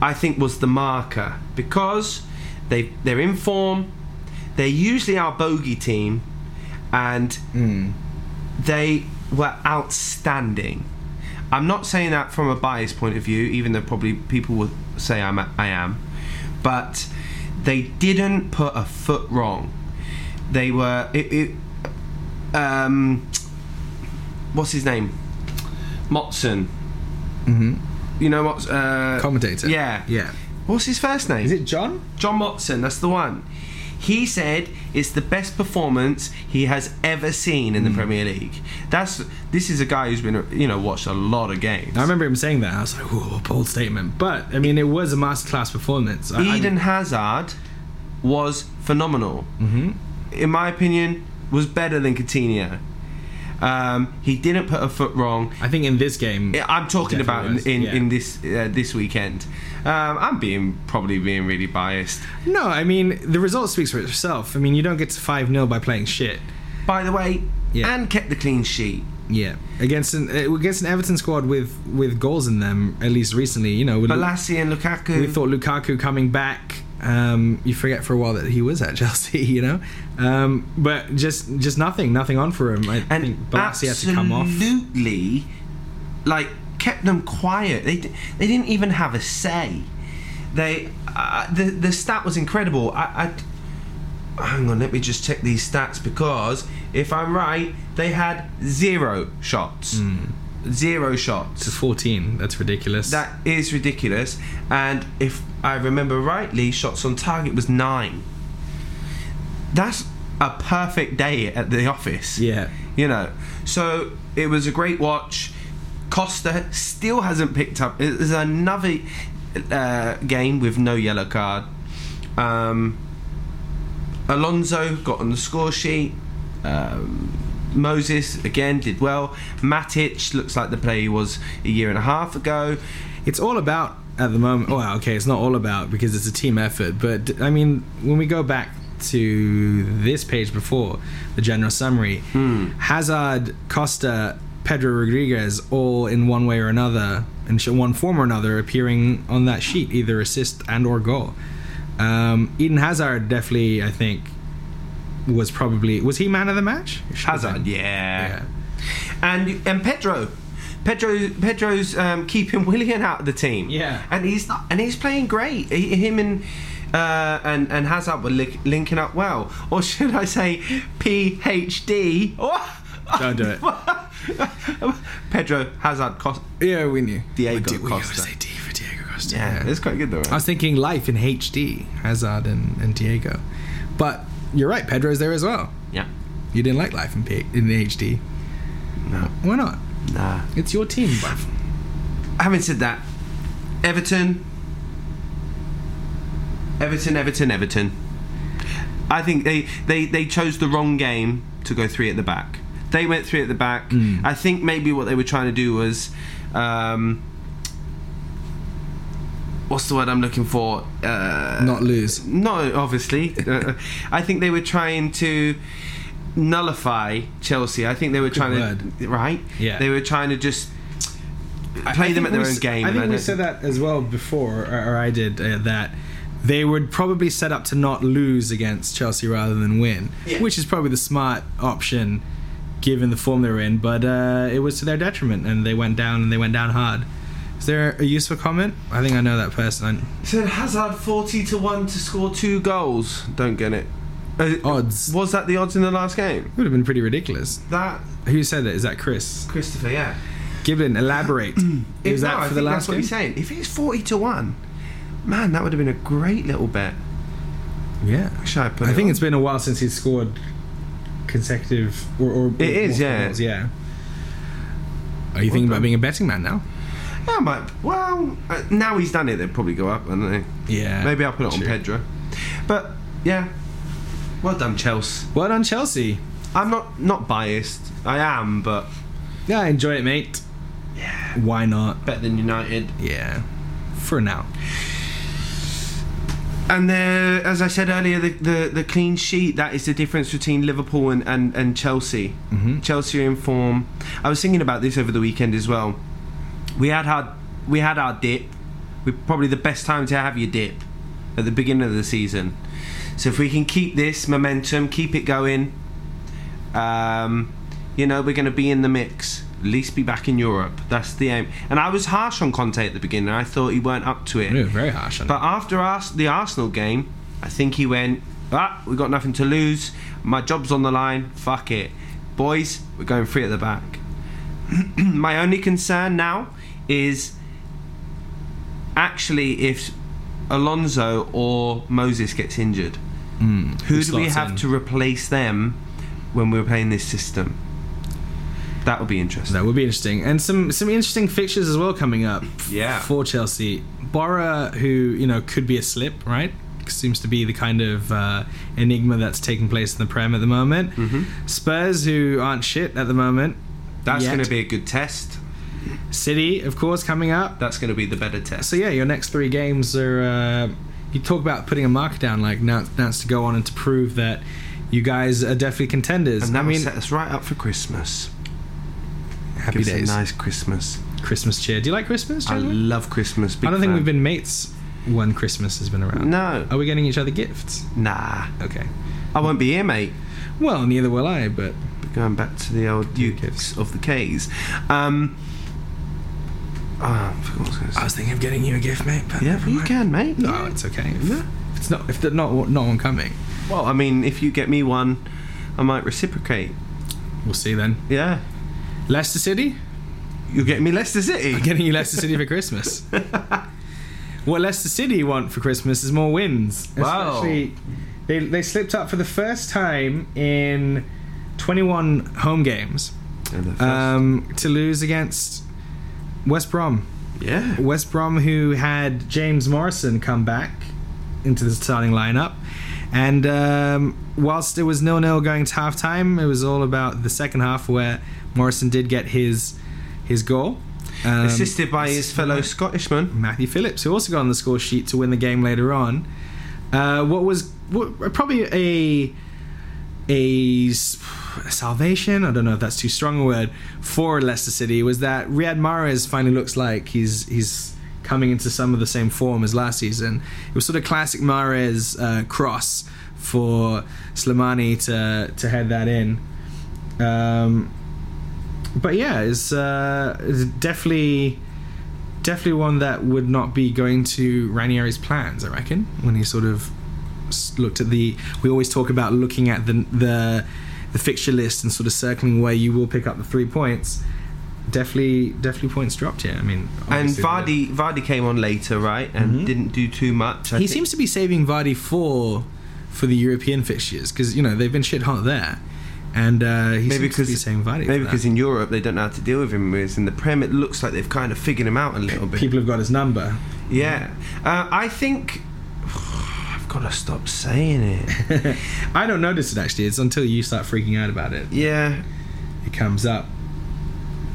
B: I think, was the marker because they they're in form. They're usually our bogey team, and they were outstanding. I'm not saying that from a biased point of view, even though probably people would say I'm a, I am, but they didn't put a foot wrong. They were it. it um, what's his name? Motson.
A: Mhm.
B: You know what? Uh,
A: commentator.
B: Yeah.
A: yeah.
B: What's his first name?
A: Is it John?
B: John Motson, that's the one. He said it's the best performance he has ever seen in
A: Hmm.
B: the Premier League. That's this is a guy who's been you know watched a lot of games.
A: I remember him saying that. I was like, "Ooh, bold statement." But I mean, it was a masterclass performance. I- I-
B: Eden Hazard was phenomenal.
A: Mhm.
B: In my opinion, was better than Coutinho. Um, he didn't put a foot wrong.
A: I think in this game,
B: Yeah, I'm talking about in
A: Definitely
B: in,
A: was, yeah.
B: in this uh, this weekend. Um, I'm being probably being really biased.
A: no. I mean, the result speaks for itself. I mean, you don't get to five 0 by playing shit.
B: By the way,
A: Yeah.
B: and kept the clean sheet.
A: Yeah, against an uh, against an Everton squad with with goals in them, at least recently. You know, with
B: Balassi and Lukaku.
A: we thought Lukaku coming back. Um, you forget for a while that he was at Chelsea, you know. Um, but just just nothing, nothing on for him. I
B: and
A: think Balassi had to come off.
B: absolutely like kept them quiet they d- they didn't even have a say they uh, the the stat was incredible I, I hang on let me just check these stats because if i'm right they had zero shots
A: Hmm.
B: zero shots
A: to 14. That's ridiculous.
B: that is ridiculous. And if I remember rightly, shots on target was nine. That's a perfect day at the office.
A: Yeah.
B: You know. So it was a great watch. Costa still hasn't picked up. It was another uh, game with no yellow card. Um, Alonso got on the score sheet. Um, Moses again did well. Matic looks like the player he was a year and a half ago.
A: it's all about at the moment. Well, okay, it's not all about because it's a team effort. But I mean, when we go back to this page before the general summary,
B: Hmm.
A: Hazard, Costa, Pedro Rodriguez, all in one way or another, in sh- one form or another, appearing on that sheet, either assist and or goal. Um, Eden Hazard definitely, I think, was probably was he man of the match? Should have
B: Hazard,
A: been.
B: yeah.
A: Yeah.
B: And and Pedro. Pedro Pedro's um, keeping Willian out of the team.
A: Yeah.
B: And he's not and he's playing great. He, him and uh, and and Hazard were li- linking up well. Or should I say PhD? Oh,
A: Don't do it.
B: Pedro Hazard cost
A: Yeah, we knew.
B: Diego
A: we did- we
B: Costa.
A: gotta say D for Diego Costa.
B: Yeah, it's quite good though.
A: I
B: Right?
A: was thinking life in HD, Hazard and, and Diego. But you're right, Pedro's there as well.
B: Yeah.
A: You didn't like life in, P- in HD.
B: No.
A: Why not?
B: Nah.
A: It's your team, bruv.
B: Having said that, Everton, Everton, Everton, Everton. I think they, they, they chose the wrong game to go three at the back. They went three at the back. I think maybe what they were trying to do was, um, what's the word I'm looking for? Uh,
A: Not lose.
B: no, obviously. Uh, I think they were trying to nullify Chelsea. I think they were trying to right.
A: Yeah.
B: They were trying to just
A: I-
B: play
A: I
B: them
A: think
B: at their
A: we
B: own
A: s-
B: game.
A: I
B: and
A: think we
B: don't-
A: said that as well before, or, or I did uh, that. They would probably set up to not lose against Chelsea rather than win,
B: Yeah.
A: which is probably the smart option given the form they're in. But uh, it was to their detriment, and they went down and they went down hard. Is there a useful comment? I think I know that person.
B: Said Hazard forty to one to score two goals. Don't get it. Uh,
A: Odds
B: was that the odds in the last game?
A: would have been pretty ridiculous.
B: That
A: Who said that? Is that Chris
B: Christopher, yeah.
A: Giblin? Elaborate.
B: If
A: Is
B: no,
A: that
B: I
A: for the
B: think
A: last
B: that's what
A: game?
B: he's saying. If it's forty to one, man, that would have been a great little bet.
A: Yeah.
B: Should I put?
A: I
B: it
A: think
B: on?
A: it's been a while since he's scored consecutive or, or
B: It is,
A: multiple
B: yeah.
A: goals, yeah. Are you thinking
B: done.
A: about being a betting man now?
B: I might. Well, uh, now he's done it, they'll probably go up, won't they?
A: Yeah.
B: Maybe I'll put it on
A: true.
B: Pedro. But yeah, well done, Chelsea.
A: Well done, Chelsea.
B: I'm not not biased. I am, but
A: Yeah, enjoy it, mate. Yeah. Why not?
B: better than United.
A: Yeah. For now.
B: And the, as I said earlier, the, the, the clean sheet that is the difference between Liverpool and, and, and Chelsea.
A: Mhm.
B: Chelsea are in form. I was thinking about this over the weekend as well. We had our we had our dip. We probably the best time to have your dip at the beginning of the season. So if we can keep this momentum, keep it going, um, you know we're going to be in the mix. At least be back in Europe. That's the aim. And I was harsh on Conte at the beginning. I thought he weren't up to it.
A: We were very harsh on
B: But after Ars- the Arsenal game, I think he went, ah, we got nothing to lose. My job's on the line. Fuck it. Boys, we're going free at the back. My only concern now is actually if Alonso or Moses gets injured.
A: Hmm,
B: Who do we
A: slots
B: have
A: in?
B: to replace them when we're playing this system? That would be interesting.
A: That would be interesting, and some some interesting fixtures as well coming up. f-
B: Yeah.
A: for Chelsea, Borough, who you know could be a slip, right? Seems to be the kind of uh, enigma that's taking place in the Prem at the moment.
B: Mm-hmm.
A: Spurs, who aren't shit at the moment.
B: That's
A: yet.
B: going to be a good test.
A: City, of course, coming up.
B: That's going to be the better test.
A: So yeah, your next three games are. Uh, you talk about putting a marker down, like now now it's to go on and to prove that you guys are definitely contenders.
B: And that
A: I mean,
B: will set us right up for Christmas.
A: happy
B: Give us
A: days,
B: a nice Christmas.
A: Christmas cheer. Do you like Christmas?
B: I
A: generally?
B: love Christmas. Big
A: I don't think
B: fan.
A: we've been mates when Christmas has been around.
B: No,
A: Are we getting each other gifts?
B: nah.
A: Okay.
B: I won't be here, mate.
A: Well, neither will I, but
B: But going back to the old
A: Gifts.
B: Ukes of the K's. Um. Ah, I forgot what I was going to
A: I
B: say.
A: was thinking of getting you a gift, mate. But
B: Yeah, well, you can, mate.
A: No,
B: Yeah.
A: it's okay. If,
B: No.
A: if it's not if they're not not one coming,
B: Well, I mean, if you get me one, I might reciprocate.
A: we'll see then.
B: Yeah.
A: Leicester City,
B: You get me Leicester City.
A: getting you Leicester City for Christmas. what Leicester City want for Christmas is more wins.
B: Wow.
A: Especially- they they slipped up for the first time in 21 home games
B: And the first-
A: um, to lose against West Brom.
B: yeah.
A: West Brom, who had James Morrison come back into the starting lineup. And um, whilst it was nil nil going to half time, it was all about the second half where Morrison did get his his goal. Um,
B: Assisted by his fellow Scottishman.
A: Matthew Phillips, who also got on the score sheet to win the game later on. Uh, what was what, probably a a s- salvation? I don't know if that's too strong a word for Leicester City. Was that Riyad Mahrez finally looks like he's he's coming into some of the same form as last season. It was sort of classic Mahrez uh, cross for Slimani to to head that in. Um, but yeah, it's, uh, it's definitely definitely one that would not be going to Ranieri's plans. I reckon when he sort of s- looked at the. We always talk about looking at the the, the fixture list and sort of circling where you will pick up the three points. Definitely, definitely points dropped here. I mean,
B: And
A: obviously Mm-hmm. the-
B: Vardy, Vardy came on later, right? And didn't do too much. I
A: he
B: think.
A: seems to be saving Vardy for for the European fixtures because you know they've been shit hot there, and uh, he
B: Maybe
A: seems to be
B: because-
A: saving Vardy. for
B: Maybe
A: that.
B: because in Europe they don't know how to deal with him, whereas in the Prem it looks like they've kind of figured him out a little bit.
A: people have got his number.
B: Yeah, uh, I think I've got to stop saying it.
A: I don't notice it actually. It's until you start freaking out about it,
B: yeah,
A: it comes up.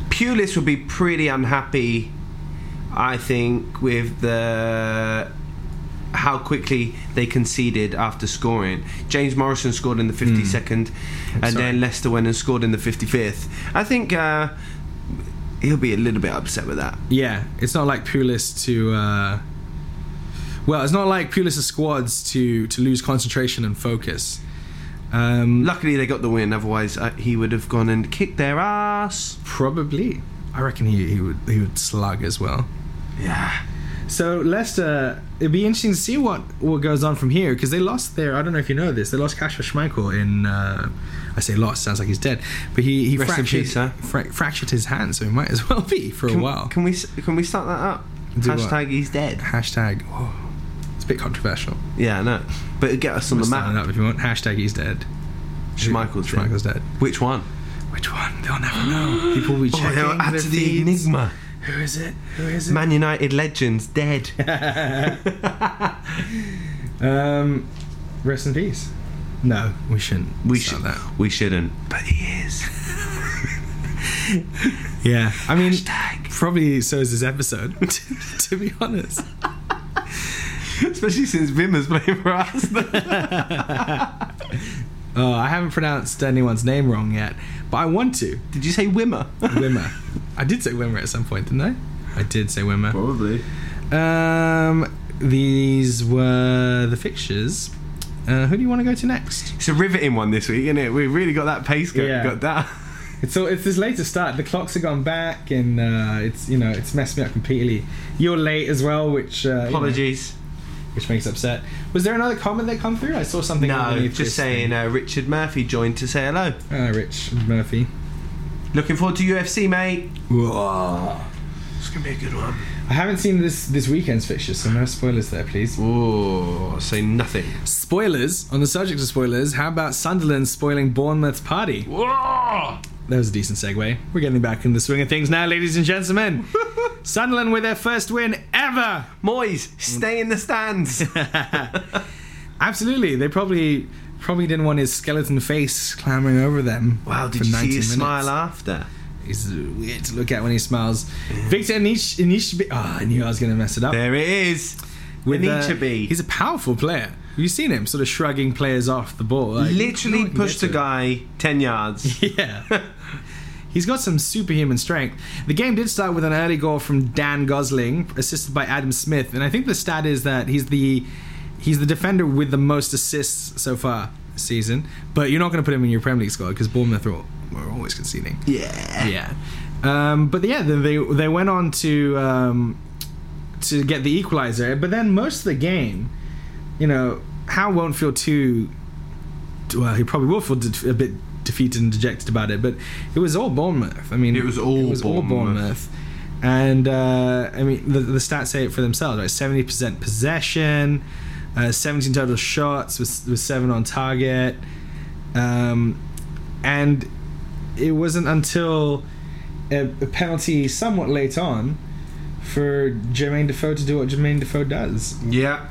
B: Pulis will be pretty unhappy. I think with the how quickly they conceded after scoring. James Morrison scored in the 52nd, and
A: Hmm. sorry.
B: then Leicester went and scored in the 55th. I think. Uh, he'll be a little bit upset with that.
A: Yeah, it's not like Pulis to. Uh, well, it's not like Pulis' squads to to lose concentration and focus. Um,
B: Luckily, they got the win. Otherwise, uh, he would have gone and kicked their ass.
A: probably, I reckon he, he would he would slug as well.
B: Yeah.
A: So Leicester, it'd be interesting to see what what goes on from here because they lost their. I don't know if you know this. They lost Kasper Schmeichel in. Uh, I say lost. Sounds like he's dead, but he he
B: Rest in
A: fractured
B: peace, huh?
A: fra- fractured his hand, so he might as well be for
B: Can,
A: a while.
B: can we s- can we start that up?
A: Do what?
B: Hashtag he's dead.
A: Hashtag. whoa, it's a bit controversial.
B: Yeah, I know. But it'd get us on the
A: Stand
B: map.
A: up if you want. Hashtag he's dead.
B: Schmeichel's dead.
A: Schmeichel's dead.
B: Which one?
A: Which one? They'll never know. People will be
B: Oh,
A: checking.
B: they're up
A: their
B: to the
A: feeds.
B: enigma.
A: Who is it? Who is it?
B: Man United legends dead.
A: Um, rest in peace. No, we shouldn't.
B: We
A: start
B: should.
A: that.
B: We shouldn't. But he is.
A: Yeah, I mean,
B: Hashtag.
A: probably so is this episode. To, to be honest,
B: Especially since Vim is playing for us.
A: oh, I haven't pronounced anyone's name wrong yet, but I want to.
B: Did you say Wimmer?
A: Wimmer. I did say Wimmer at some point, didn't I? I did say Wimmer.
B: Probably.
A: Um, these were the fixtures. Uh, who do you want to go to next?
B: It's a riveting one this week, isn't it? We really got that pace going.
A: Yeah.
B: Got that.
A: It's all, it's this later start. The clocks have gone back, and uh, it's you know it's messed me up completely. You're late as well, which uh, you know,
B: Apologies.
A: which makes upset. Was there another comment that come through? I saw something.
B: No,
A: underneath this
B: just
A: thing.
B: saying. Uh, Richard Murphy joined to say hello.
A: Ah, Rich Murphy.
B: Looking forward to UFC, mate.
A: Whoa.
B: It's gonna be a good one.
A: I haven't seen this this weekend's fixture, so no spoilers there, please.
B: Oh, say nothing.
A: Spoilers on the subject of spoilers. How about Sunderland spoiling Bournemouth's party?
B: Whoa!
A: That was a decent segue. We're getting back in the swing of things now, ladies and gentlemen. Sunderland with their first win ever.
B: Moyes, stay in the stands.
A: Absolutely, they probably probably didn't want his skeleton face clambering over them.
B: wow, did
A: for
B: you
A: 90
B: see his
A: minutes.
B: smile after?
A: He's weird to look at when he smiles. Victor Anish, Anish, oh, I knew I was going to mess it up.
B: There it is. With
A: uh,
B: Anichebe.
A: he's a powerful player. Have you seen him sort of shrugging players off the ball? Like, no
B: literally
A: one can
B: pushed a
A: get to
B: guy 10 yards.
A: it. Yeah. He's got some superhuman strength. The game did start with an early goal from Dan Gosling, assisted by Adam Smith, and I think the stat is that he's the he's the defender with the most assists so far this season. But you're not going to put him in your Premier League squad because Bournemouth are, all, are always conceding.
B: yeah.
A: yeah. Um, but yeah, then they they went on to um, to get the equalizer. But then most of the game, you know, Howe won't feel too. Well, he probably will feel de- a bit defeated and dejected about it. But it was all Bournemouth. I mean,
B: It was all Bournemouth.
A: And uh, I mean, the, the stats say it for themselves. Right, seventy percent possession, uh, seventeen total shots with with seven on target. Um, and it wasn't until a, a penalty somewhat late on for Jermaine Defoe to do what Jermaine Defoe does.
B: Yeah.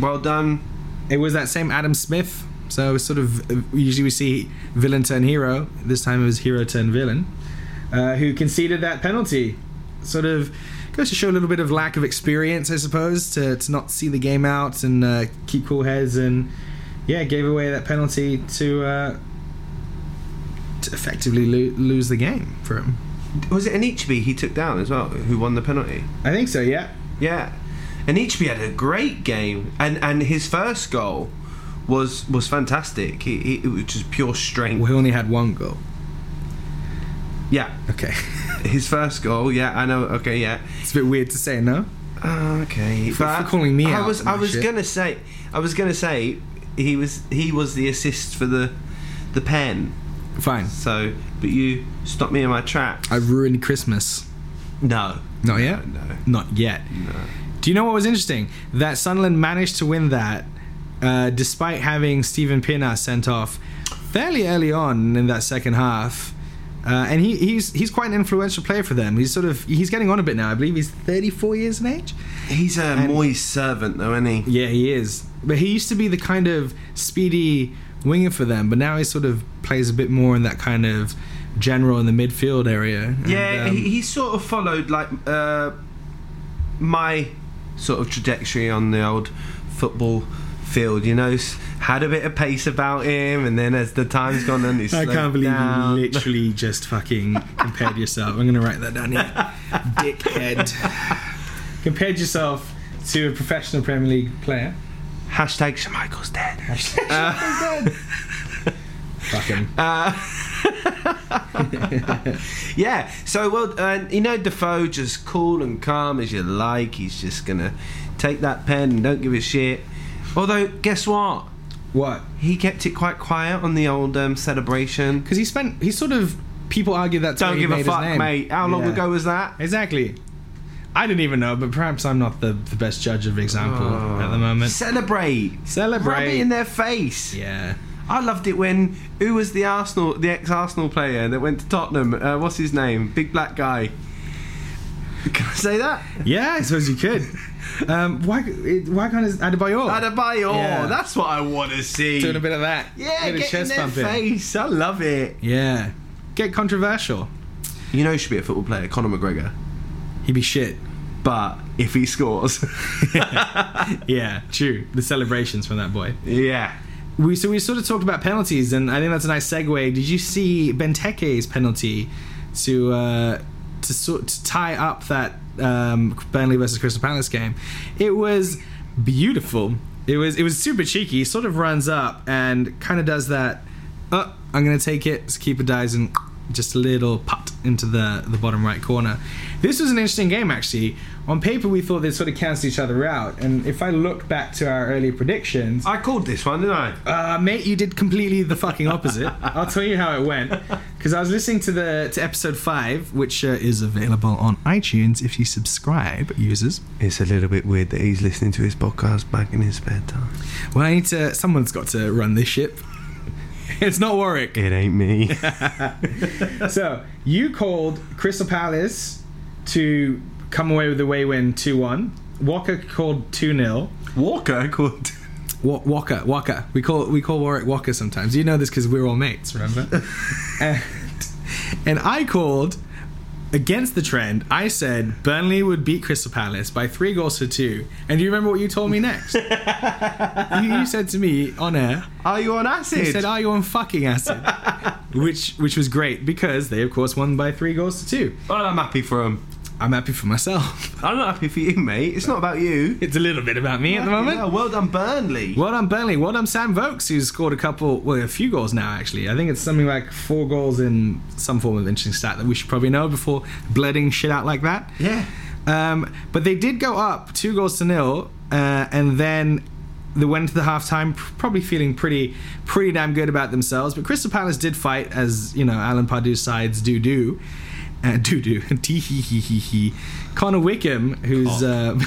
B: Well done.
A: It was that same Adam Smith. So it was sort of uh, usually we see villain turn hero. This time it was hero turn villain, uh, who conceded that penalty. Sort of goes to show a little bit of lack of experience, I suppose, to, to not see the game out and uh, keep cool heads and yeah, gave away that penalty to uh, to effectively lo- lose the game for him.
B: Was it Anichbe he took down as well, who won the penalty?
A: I think so. Yeah.
B: Yeah. Anichbe had a great game. And and his first goal was was fantastic. He, he, it was just pure strength.
A: Well, he only had one goal.
B: Yeah.
A: Okay.
B: His first goal, yeah, I know. Okay, yeah.
A: it's a bit weird to say, no?
B: Uh, okay,
A: for calling me
B: I
A: out
B: was
A: on
B: I
A: my
B: was
A: shit.
B: gonna say I was gonna say he was he was the assist for the the pen.
A: Fine.
B: So, but you stopped me in my tracks.
A: I've ruined Christmas.
B: no,
A: Not yet?
B: no,
A: Not yet.
B: no.
A: Do you know what was interesting? That Sunderland managed to win that uh, despite having Stephen Pienaar sent off fairly early on in that second half. Uh, and he, he's he's quite an influential player for them. He's sort of he's getting on a bit now. I believe he's 34 years in age.
B: He's a Moyes servant, though, isn't he?
A: Yeah, he is. But he used to be the kind of speedy winger for them, but now he sort of plays a bit more in that kind of general in the midfield area. And,
B: Yeah,
A: um,
B: he, he sort of followed like uh, my sort of trajectory on the old football midfield. You know, s- had a bit of pace about him, and then as the time's gone on, he's
A: I
B: slowed
A: can't believe
B: down.
A: you literally just fucking compared yourself. I'm gonna write that down here. Dickhead. compared yourself to a professional Premier League player.
B: Hashtag Schmeichel's dead.
A: Uh. Fucking.
B: Yeah. So well, uh, you know, Defoe just cool and calm as you like. He's just gonna take that pen and don't give a shit. Although, guess what?
A: What?
B: He kept it quite quiet on the old um, celebration.
A: Because he spent. He sort of. People argue that.
B: Don't give a fuck, mate. How long ago was that?
A: Exactly. I didn't even know, but perhaps I'm not the, the best judge of example
B: Oh.
A: at the moment.
B: Celebrate. Rub it
A: Celebrate.
B: in their face.
A: yeah.
B: I loved it when who was the Arsenal, the ex-Arsenal player that went to Tottenham? Uh, what's his name? Big black guy. Can I say that?
A: Yeah, I suppose you could. Um, why? it- Why can't it- Adebayor?
B: Adebayor.
A: Yeah.
B: That's what I want to see.
A: Doing a bit of that.
B: yeah,
A: Bit of
B: get in their
A: pumping.
B: face. I love it.
A: Yeah. Get controversial.
B: You know, he should be a football player, Conor McGregor.
A: He'd be shit.
B: But if he scores,
A: Yeah, true. The celebrations from that boy.
B: yeah.
A: We so we sort of talked about penalties, and I think that's a nice segue. Did you see Benteke's penalty to uh, to sort to tie up that um, Burnley versus Crystal Palace game? It was beautiful. It was it was super cheeky. He sort of runs up and kind of does that. Uh, I'm gonna take it. So keeper dies and just a little putt into the the bottom right corner. This was an interesting game actually. On paper, we thought they sort of cancelled each other out, and if I look back to our earlier predictions,
B: I called this one, didn't I?
A: uh, mate, you did completely the fucking opposite. I'll tell you how it went because I was listening to the to episode five, which uh, is available on iTunes if you subscribe, users.
B: It's a little bit weird that he's listening to his podcast back in his spare time.
A: Well, I need to. Someone's got to run this ship. it's not Warwick.
B: It ain't me.
A: so you called Crystal Palace to come away with the way win two one. Walker called two 0
B: Walker called.
A: Wa- Walker, Walker. We call we call Warwick Walker sometimes. You know this because we're all mates, remember? and, and I called against the trend. I said Burnley would beat Crystal Palace by three goals to two. And do you remember what you told me next? you, you said to me on air.
B: Are you on acid?
A: You said, "Are you on fucking acid?" which which was great because they of course won by three goals to two.
B: Well, I'm happy for him.
A: I'm happy for myself.
B: I'm not happy for you, mate. It's not about you.
A: It's a little bit about me at the moment.
B: Well, well done, Burnley.
A: Well done, Burnley. Well done, Sam Vokes, who's scored a couple, well, a few goals now, actually. I think it's something like four goals in some form of interesting stat that we should probably know before bleeding shit out like that.
B: Yeah.
A: Um, but they did go up two goals to nil, uh, and then they went to the halftime pr- probably feeling pretty, pretty damn good about themselves. But Crystal Palace did fight, as you know, Alan Pardew's sides do do. Uh, do do tee hee hee hee hee. Connor Wickham, who's
B: Oh.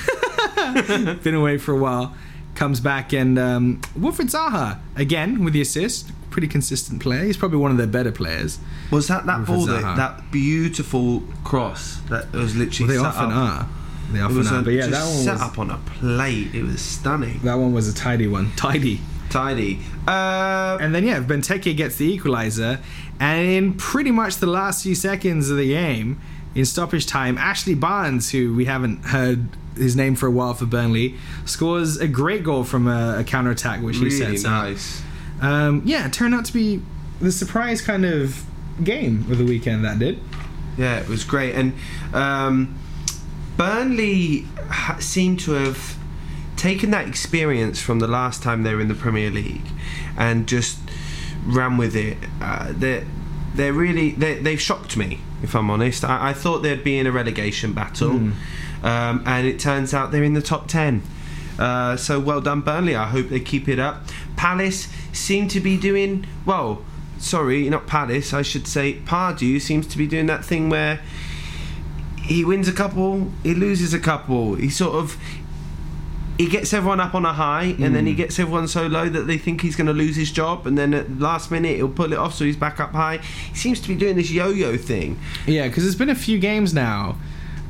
A: uh, been away for a while, comes back and um, Wilfred Zaha again with the assist. Pretty consistent player. He's probably one of their better players.
B: Was that that
A: Rufus
B: ball that,
A: Zaha.
B: that beautiful cross that was literally
A: They
B: set
A: often
B: up?
A: are. They
B: It
A: often
B: was
A: are.
B: a,
A: But yeah,
B: just
A: that one
B: set
A: was
B: up on a plate. It was stunning,
A: that one was a tidy one. Tidy.
B: tidy. Uh,
A: And then yeah, Benteke gets the equalizer, and in pretty much the last few seconds of the game, in stoppage time, Ashley Barnes, who we haven't heard his name for a while for Burnley, scores a great goal from a, a counter attack, which he
B: really
A: sets up.
B: nice.
A: Um, yeah, it turned out to be the surprise kind of game of the weekend. That did.
B: Yeah, it was great. And um, Burnley ha- seem to have taken that experience from the last time they were in the Premier League and just ran with it. Uh, they're, they're really, they they've shocked me, if I'm honest. I, I thought they'd be in a relegation battle, um, and it turns out they're in the top 10. Uh, so well done, Burnley. I hope they keep it up. Palace seem to be doing well. Sorry, not Palace. I should say Pardew seems to be doing that thing where he wins a couple, he loses a couple. He sort of he gets everyone up on a high, and then
A: Hmm.
B: he gets everyone so low that they think he's going to lose his job, and then at the last minute he'll pull it off, so he's back up high. He seems to be doing this yo-yo thing.
A: Yeah, because it's been a few games now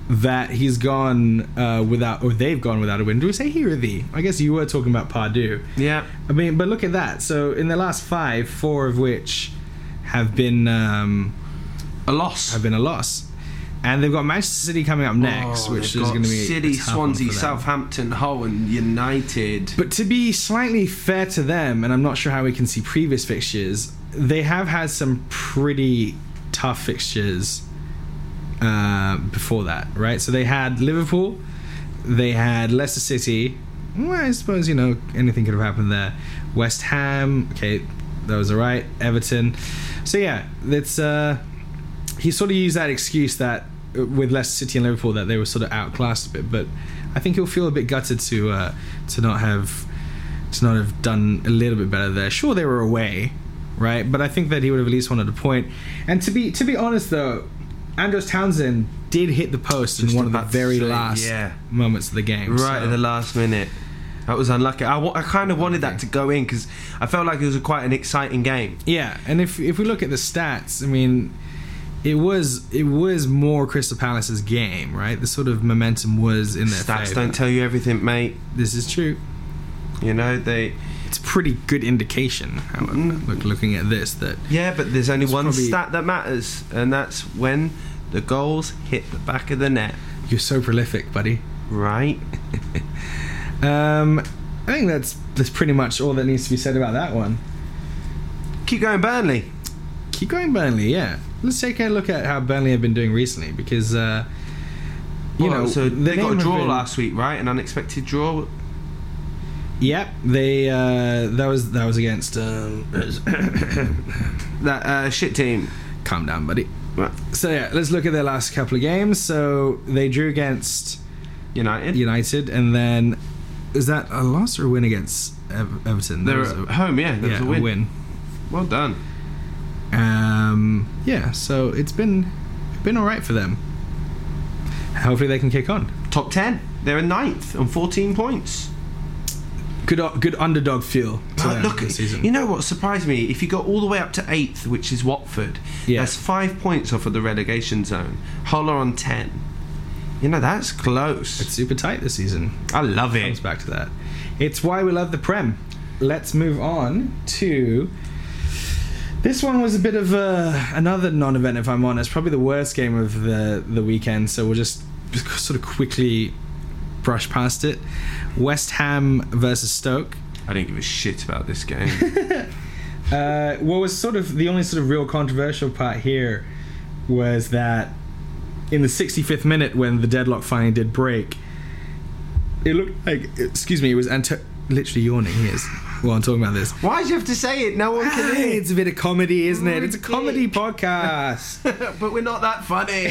A: that he's gone uh, without, or they've gone without a win. Do we say he or thee? I guess you were talking about Pardew.
B: Yeah,
A: I mean, but look at that. So in the last five, four of which have been um,
B: a loss.
A: have been a loss. and they've got Manchester City coming up next,
B: Oh,
A: which
B: they've
A: is
B: got
A: going to be a
B: City,
A: tough one
B: Swansea,
A: for them.
B: Southampton, Hull, and United.
A: But to be slightly fair to them, and I'm not sure how we can see previous fixtures, they have had some pretty tough fixtures uh, before that, right? So they had Liverpool, they had Leicester City. Well, I suppose you know anything could have happened there. West Ham, okay, that was alright. Everton. So yeah, it's uh, he sort of used that excuse that uh, with Leicester City and Liverpool that they were sort of outclassed a bit, but I think he'll feel a bit gutted to uh, to not have to not have done a little bit better there. Sure, they were away, right? But I think that he would have at least wanted a point. And to be to be honest though, Andros Townsend did hit the post in
B: Just
A: one of the
B: about to
A: very
B: say,
A: last
B: yeah.
A: moments of the game.
B: Right
A: so-
B: at the last minute. That was unlucky. I kind of wanted that to go in because I felt like it was quite an exciting game.
A: Yeah, and if if we look at the stats, I mean, it was it was more Crystal Palace's game, right? The sort of momentum was in their
B: Stats
A: favor.
B: don't tell you everything, mate.
A: This is true.
B: You know they.
A: It's pretty good indication, however,
B: Mm.
A: look, looking at this that
B: Yeah, but there's only
A: It's
B: one
A: probably-
B: stat that matters, and that's when the goals hit the back of the net.
A: you're so prolific, buddy.
B: Right.
A: Um, I think that's that's pretty much all that needs to be said about that one.
B: Keep going, Burnley.
A: Keep going, Burnley. Yeah, let's take a look at how Burnley have been doing recently because uh, you
B: Well,
A: know
B: so they got a
A: have
B: draw
A: been-
B: last week, right? An unexpected draw.
A: Yep, they uh, that was that was against. Um,
B: That uh, shit team.
A: calm down, buddy.
B: Right.
A: So yeah, let's look at their last couple of games. So they drew against
B: United.
A: United, and then is that a loss or a win against Ev- Everton? That
B: They're
A: was
B: at
A: a,
B: home, yeah. That was
A: yeah,
B: a win. Well done.
A: Um, yeah, so it's been been all right for them. Hopefully they can kick on.
B: Top ten. They're in ninth on 14 points.
A: Good o- good underdog feel to
B: But
A: them
B: look,
A: this season.
B: you know what surprised me? If you go all the way up to eighth, which is Watford,
A: Yeah.
B: that's five points off of the relegation zone. Hull are on ten. You know that's close.
A: it's super tight this season.
B: I love
A: Comes
B: it.
A: back to that. It's why we love the prem. Let's move on to. This one was a bit of a, another non-event, if I'm honest. Probably the worst game of the the weekend. So we'll just sort of quickly brush past it. West Ham versus Stoke.
B: I didn't give a shit about this game.
A: Uh, what was sort of the only sort of real controversial part here was that in the 65th minute when the deadlock finally did break, it looked like, excuse me, it was Anto- literally yawning. He is while I'm talking about this.
B: Why do you have to say it? No one can
A: Hey,
B: hear.
A: it's a bit of comedy, isn't it? It's a comedy podcast.
B: but we're not that funny.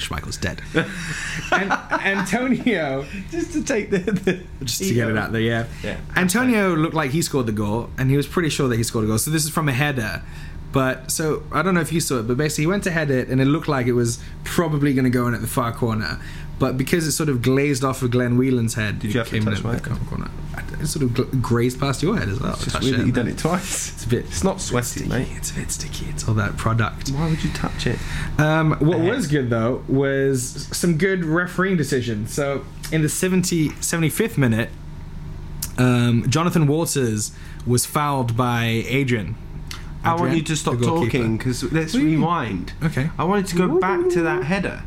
A: Schmeichel's dead. An- Antonio,
B: Just to take the, the
A: just to get it out there, yeah.
B: Yeah.
A: Antonio looked like he scored the goal, and he was pretty sure that he scored a goal. So this is from a header, but so I don't know if you saw it, but basically he went to head it, and it looked like it was probably going to go in at the far corner, but because it sort of glazed off of Glenn Whelan's head,
B: Did
A: it
B: you have to
A: came in
B: touch
A: at
B: my
A: the far corner. It sort of gl- grazed past your head as well.
B: It's just
A: Touch
B: weird
A: it.
B: that you've done it twice.
A: It's a bit
B: It's not sweaty, mate.
A: It's a bit sticky. It's all that product.
B: Why would you touch it?
A: Um, what
B: Uh-huh.
A: was good though was some good refereeing decisions. So in the 70, 75th minute, um, Jonathan Waters was fouled by Adrian.
B: I want
A: Adrian,
B: you to stop
A: the goalkeeper.
B: talking because let's
A: do you mean?
B: rewind.
A: Okay.
B: I wanted to go back to that header.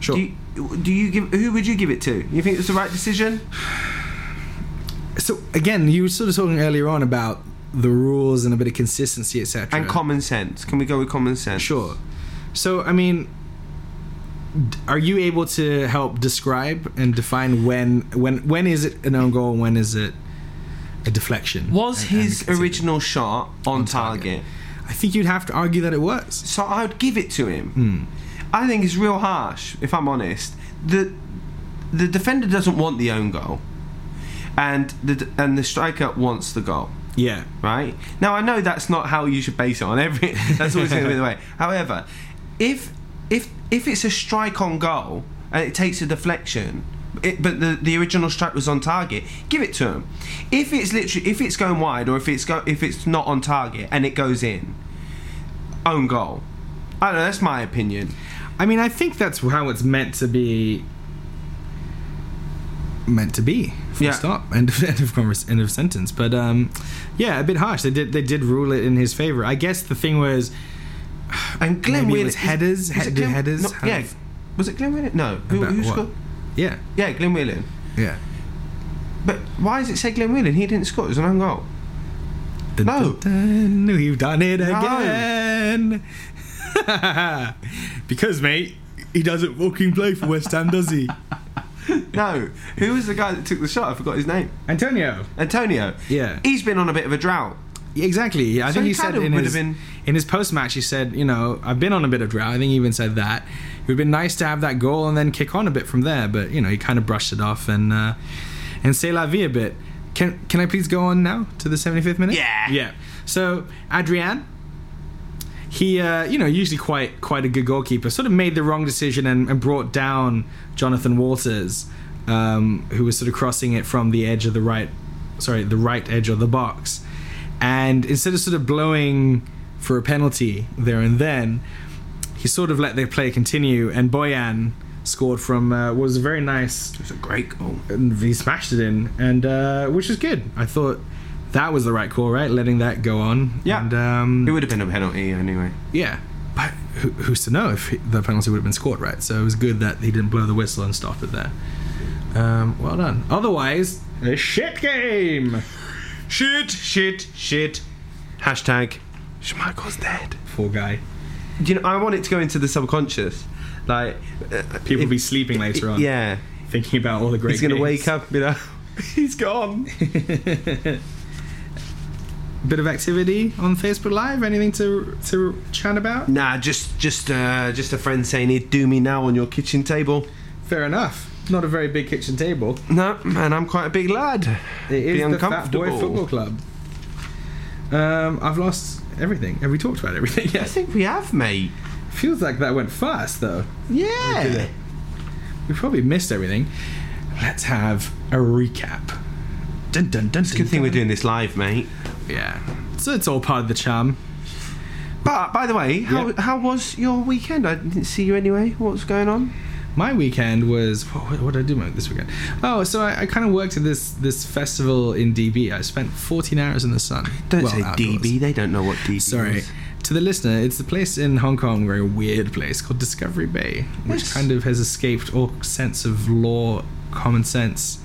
A: Sure.
B: Do you, do you give? Who would you give it to? You think it was the right decision?
A: So again, you were sort of talking earlier on about the rules and a bit of consistency, etc.
B: And common sense. Can we go with common sense?
A: Sure. So I mean, d- are you able to help describe and define when when when is it an own goal and when is it a deflection?
B: Was
A: And- and
B: his
A: considered?
B: original shot on, target.
A: I think you'd have to argue that it was.
B: So I would give it to
A: Hmm.
B: him. I think it's real harsh, if I'm honest. The the defender doesn't want the own goal, and the d- and the striker wants the goal.
A: Yeah.
B: right? Now I know that's not how you should base it on every. That's always going to be the way. However, if if if it's a strike on goal and it takes a deflection, it, but the, the original strike was on target, give it to him. If it's literally if it's going wide or if it's go, if it's not on target and it goes in, own goal. I don't know. That's my opinion.
A: I mean, I think that's how it's meant to be. Meant to be. Full
B: Yeah.
A: Stop. End of end of, convers- end of sentence. But um, yeah, a bit harsh. They did they did rule it in his favor. I guess the thing was,
B: And Glenn
A: Maybe it
B: Wheeler
A: was headers, he-
B: it
A: did headers
B: not- yeah,
A: have-
B: was it Glenn Wheeler? No, who,
A: About
B: who
A: what?
B: scored?
A: Yeah,
B: Yeah, Glenn Whelan.
A: yeah.
B: But why does it say Glenn Whelan? He didn't score. It was an own goal.
A: Dun,
B: No.
A: dun, dun. We've done it
B: No.
A: again. because, mate, he doesn't fucking play for West Ham, does he?
B: No, who was the guy that took the shot? I forgot his name.
A: Antonio.
B: Antonio.
A: Yeah.
B: He's been on a bit of a drought.
A: Yeah, Exactly. Yeah, I
B: So
A: think
B: he
A: he
B: kind
A: said
B: of
A: in
B: would
A: his,
B: have been-
A: in his post match, he said, you know, I've been on a bit of drought. I think he even said that. It would have been nice to have that goal and then kick on a bit from there. But, you know, he kind of brushed it off and uh, and say la vie a bit. Can, can I please go on now to the 75th minute?
B: Yeah.
A: Yeah. So, Adrian, he, uh, you know, usually quite quite a good goalkeeper, sort of made the wrong decision and, and brought down Jonathan Walters, um, who was sort of crossing it from the edge of the right, sorry, the right edge of the box, and instead of sort of blowing for a penalty there and then, he sort of let the play continue, and Boyan scored from uh, what was a very nice
B: It was a great goal.
A: and he smashed it in, and uh, which is good. I thought that was the right call, right? Letting that go on.
B: Yeah.
A: And, um,
B: It would have been a penalty anyway.
A: yeah, but who, who's to know if he, the penalty would have been scored, right? So it was good that he didn't blow the whistle and stop it there. Um, well done. Otherwise, a shit game.
B: Shit, shit, shit. Hashtag Schmeichel's dead.
A: Poor guy.
B: Do you know, I want it to go into the subconscious. Like, uh,
A: People will
B: if-
A: be sleeping later on,
B: Yeah.
A: thinking about all the great.
B: He's going to
A: games.
B: wake up, and be like, he's gone.
A: Bit of activity on Facebook Live. Anything to to chat about?
B: Nah, just just uh, just a friend saying he'd do me now on your kitchen table.
A: Fair enough. Not a very big kitchen table.
B: No, man, I'm quite a big lad.
A: It is
B: Be
A: the Fat Boy Football
B: uncomfortable.
A: Club. Um, I've lost everything. Have we talked about everything?
B: I
A: Yes.
B: think we have, mate.
A: Feels like that went fast though.
B: Yeah.
A: We probably missed everything. Let's have a recap. Dun, dun, dun, it's
B: Good thing we're doing this live, mate.
A: Yeah. So it's all part of the charm.
B: But by the way, how,
A: Yeah.
B: how was your weekend? I didn't see you anyway. What's going on?
A: My weekend was what, what did I do my- this weekend? Oh, so I, I kind of worked at this this festival in DB. I spent 14 hours in the sun.
B: Don't
A: Well,
B: say
A: outdoors.
B: DB. They don't know what DB
A: Sorry.
B: is.
A: To the listener, it's the place in Hong Kong, very weird place called Discovery Bay, which
B: Yes.
A: kind of has escaped all sense of law, common sense.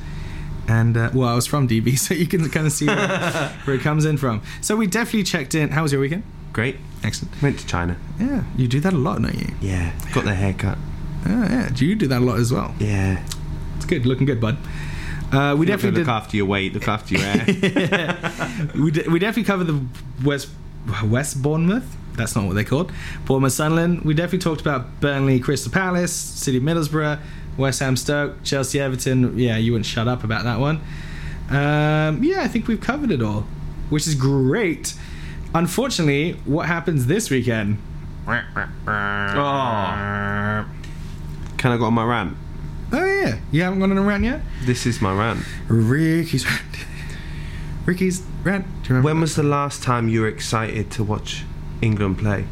A: And uh, well, I was from DB, so you can kind of see where, where it comes in from. So we definitely checked in. How was your weekend?
B: Great.
A: Excellent.
B: Went to China.
A: Yeah, you do that a lot, don't you?
B: Yeah. Got their haircut.
A: Yeah, yeah. Do you do that a lot as well?
B: Yeah.
A: It's good, looking good, bud. Uh, we definitely
B: Definitely look
A: did.
B: after your weight. Look after your hair.
A: we, de- we definitely covered the West West Bournemouth. That's not what they're called. Bournemouth Sunderland. We definitely talked about Burnley, Crystal Palace, City of Middlesbrough, West Ham, Stoke, Chelsea, Everton. Yeah, you wouldn't shut up about that one. Um, yeah, I think we've covered it all, which is great. Unfortunately, what happens this weekend?
B: oh. Can I go on my rant?
A: Oh yeah, you haven't gone on a rant yet.
B: This is my rant.
A: Ricky's rant. Ricky's rant. Do you remember
B: When was the last time you were excited to watch England play?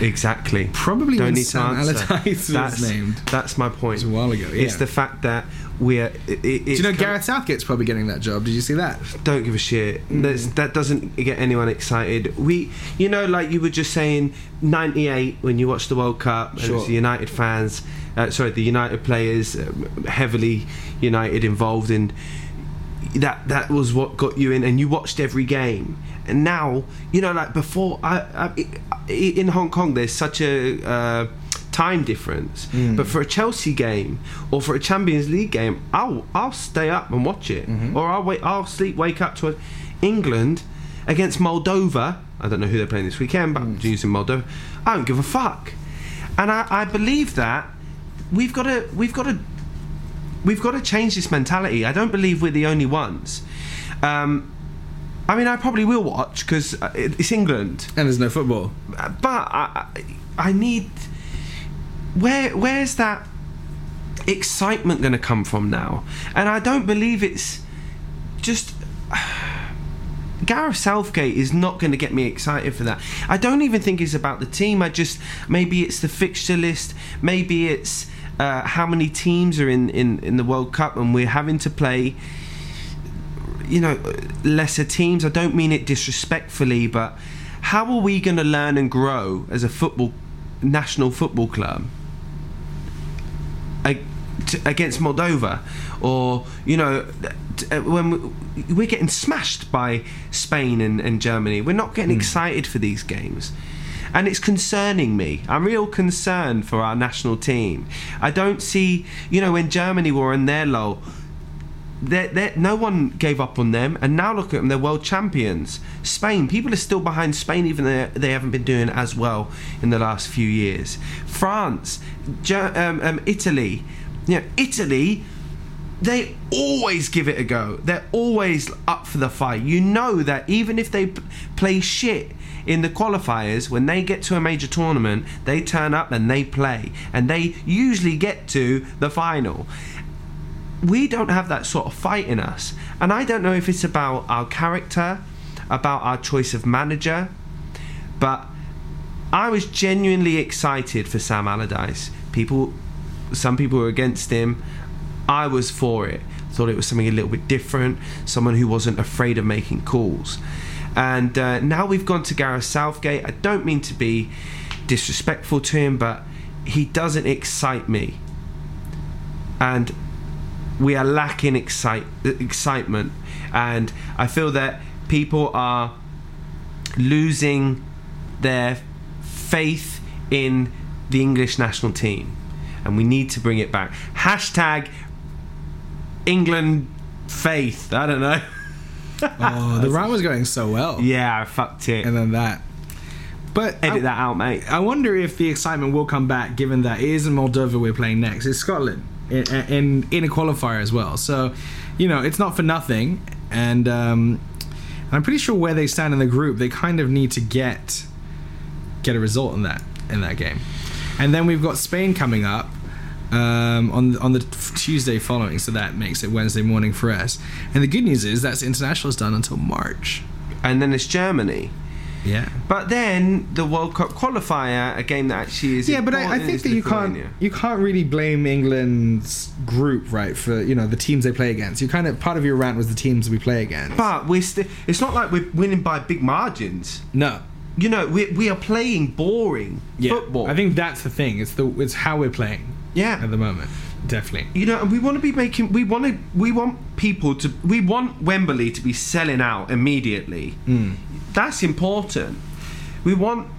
B: Exactly.
A: Probably
B: Don't
A: when
B: need to
A: Hmm. Sam
B: answer.
A: Allardyce
B: That's,
A: was named.
B: that's my point.
A: It was a while ago.
B: It's
A: yeah.
B: the fact that we're. It, it,
A: Do you know Gareth Southgate's probably getting that job? Did you see that?
B: don't give a shit. That's That doesn't get anyone excited. We, you know, like you were just saying, '98 when you watched the World Cup, and it
A: Sure.
B: was the United fans, uh, sorry, the United players, um, heavily United involved, and that that was what got you in, and you watched every game. And now, you know, like before, I, I i- in Hong Kong, there's such a. Uh, Time difference, but for a Chelsea game or for a Champions League game, I'll I'll stay up and watch it, or I'll wait, I'll sleep, wake up to it. England against Moldova. I don't know who they're playing this weekend, but I'm using Moldova. I don't give a fuck, and I, I believe that we've got to we've got to we've got to change this mentality. I don't believe we're the only ones. Um, I mean, I probably will watch because it's England,
A: And there's no football.
B: Uh, but I, I I need where where's that excitement going to come from now? And I don't believe it's just. Gareth Southgate is not going to get me excited for that. I don't even think it's about the team. I just maybe it's the fixture list. Maybe it's uh, how many teams are in, in in the World Cup and we're having to play. you know, lesser teams. I don't mean it disrespectfully, but how are we going to learn and grow as a football national football club ag- t- against Moldova, or you know, t- uh, when we, we're getting smashed by Spain and, and Germany, we're not getting excited for these games. And it's concerning me. I'm real concerned for our national team. I don't see, you know, when Germany were in their lull, they're, they're, no one gave up on them, and now look at them, they're world champions. Spain, people are still behind Spain, even though they haven't been doing as well in the last few years. France, Ger- um, um, Italy, you know, Italy, they always give it a go. They're always up for the fight. You know that even if they p- play shit in the qualifiers, when they get to a major tournament, they turn up and they play, and they usually get to the final we don't have that sort of fight in us. And I don't know if it's about our character, about our choice of manager, but I was genuinely excited for Sam Allardyce. People, some people were against him. I was for it. Thought it was something a little bit different, someone who wasn't afraid of making calls. And uh, now we've gone to Gareth Southgate. I don't mean to be disrespectful to him, but he doesn't excite me. And we are lacking excite, excitement, and I feel that people are losing their faith in the English national team, and we need to bring it back. Hashtag England faith. I don't know.
A: Oh, the round was going so well,
B: yeah, I fucked it.
A: and then that. But I-
B: Edit that out, mate.
A: I wonder if the excitement will come back, given that it isn't Moldova we're playing next; it's Scotland, in, in, in a qualifier as well. So, you know, it's not for nothing. And um, I'm pretty sure where they stand in the group, they kind of need to get get a result in that in that game. And then we've got Spain coming up um, on on the Tuesday following, so that makes it Wednesday morning for us. And the good news is that's international's done until March.
B: And then it's Germany.
A: Yeah.
B: But then the World Cup qualifier, a game that actually is
A: yeah, but I, I
B: important,
A: think
B: is
A: that you
B: Lithuania.
A: can't you can't really blame England's group right for you know the teams they play against. You kind of part of your rant was the teams we play against.
B: But we're sti- it's not like we're winning by big margins.
A: no,
B: You know, we, we are playing boring
A: yeah,
B: football.
A: I think that's the thing. It's the it's how we're playing
B: yeah.
A: at the moment, definitely.
B: You know, and we want to be making. We want to. We want people to. We want Wembley to be selling out immediately.
A: Hmm.
B: That's important. We want.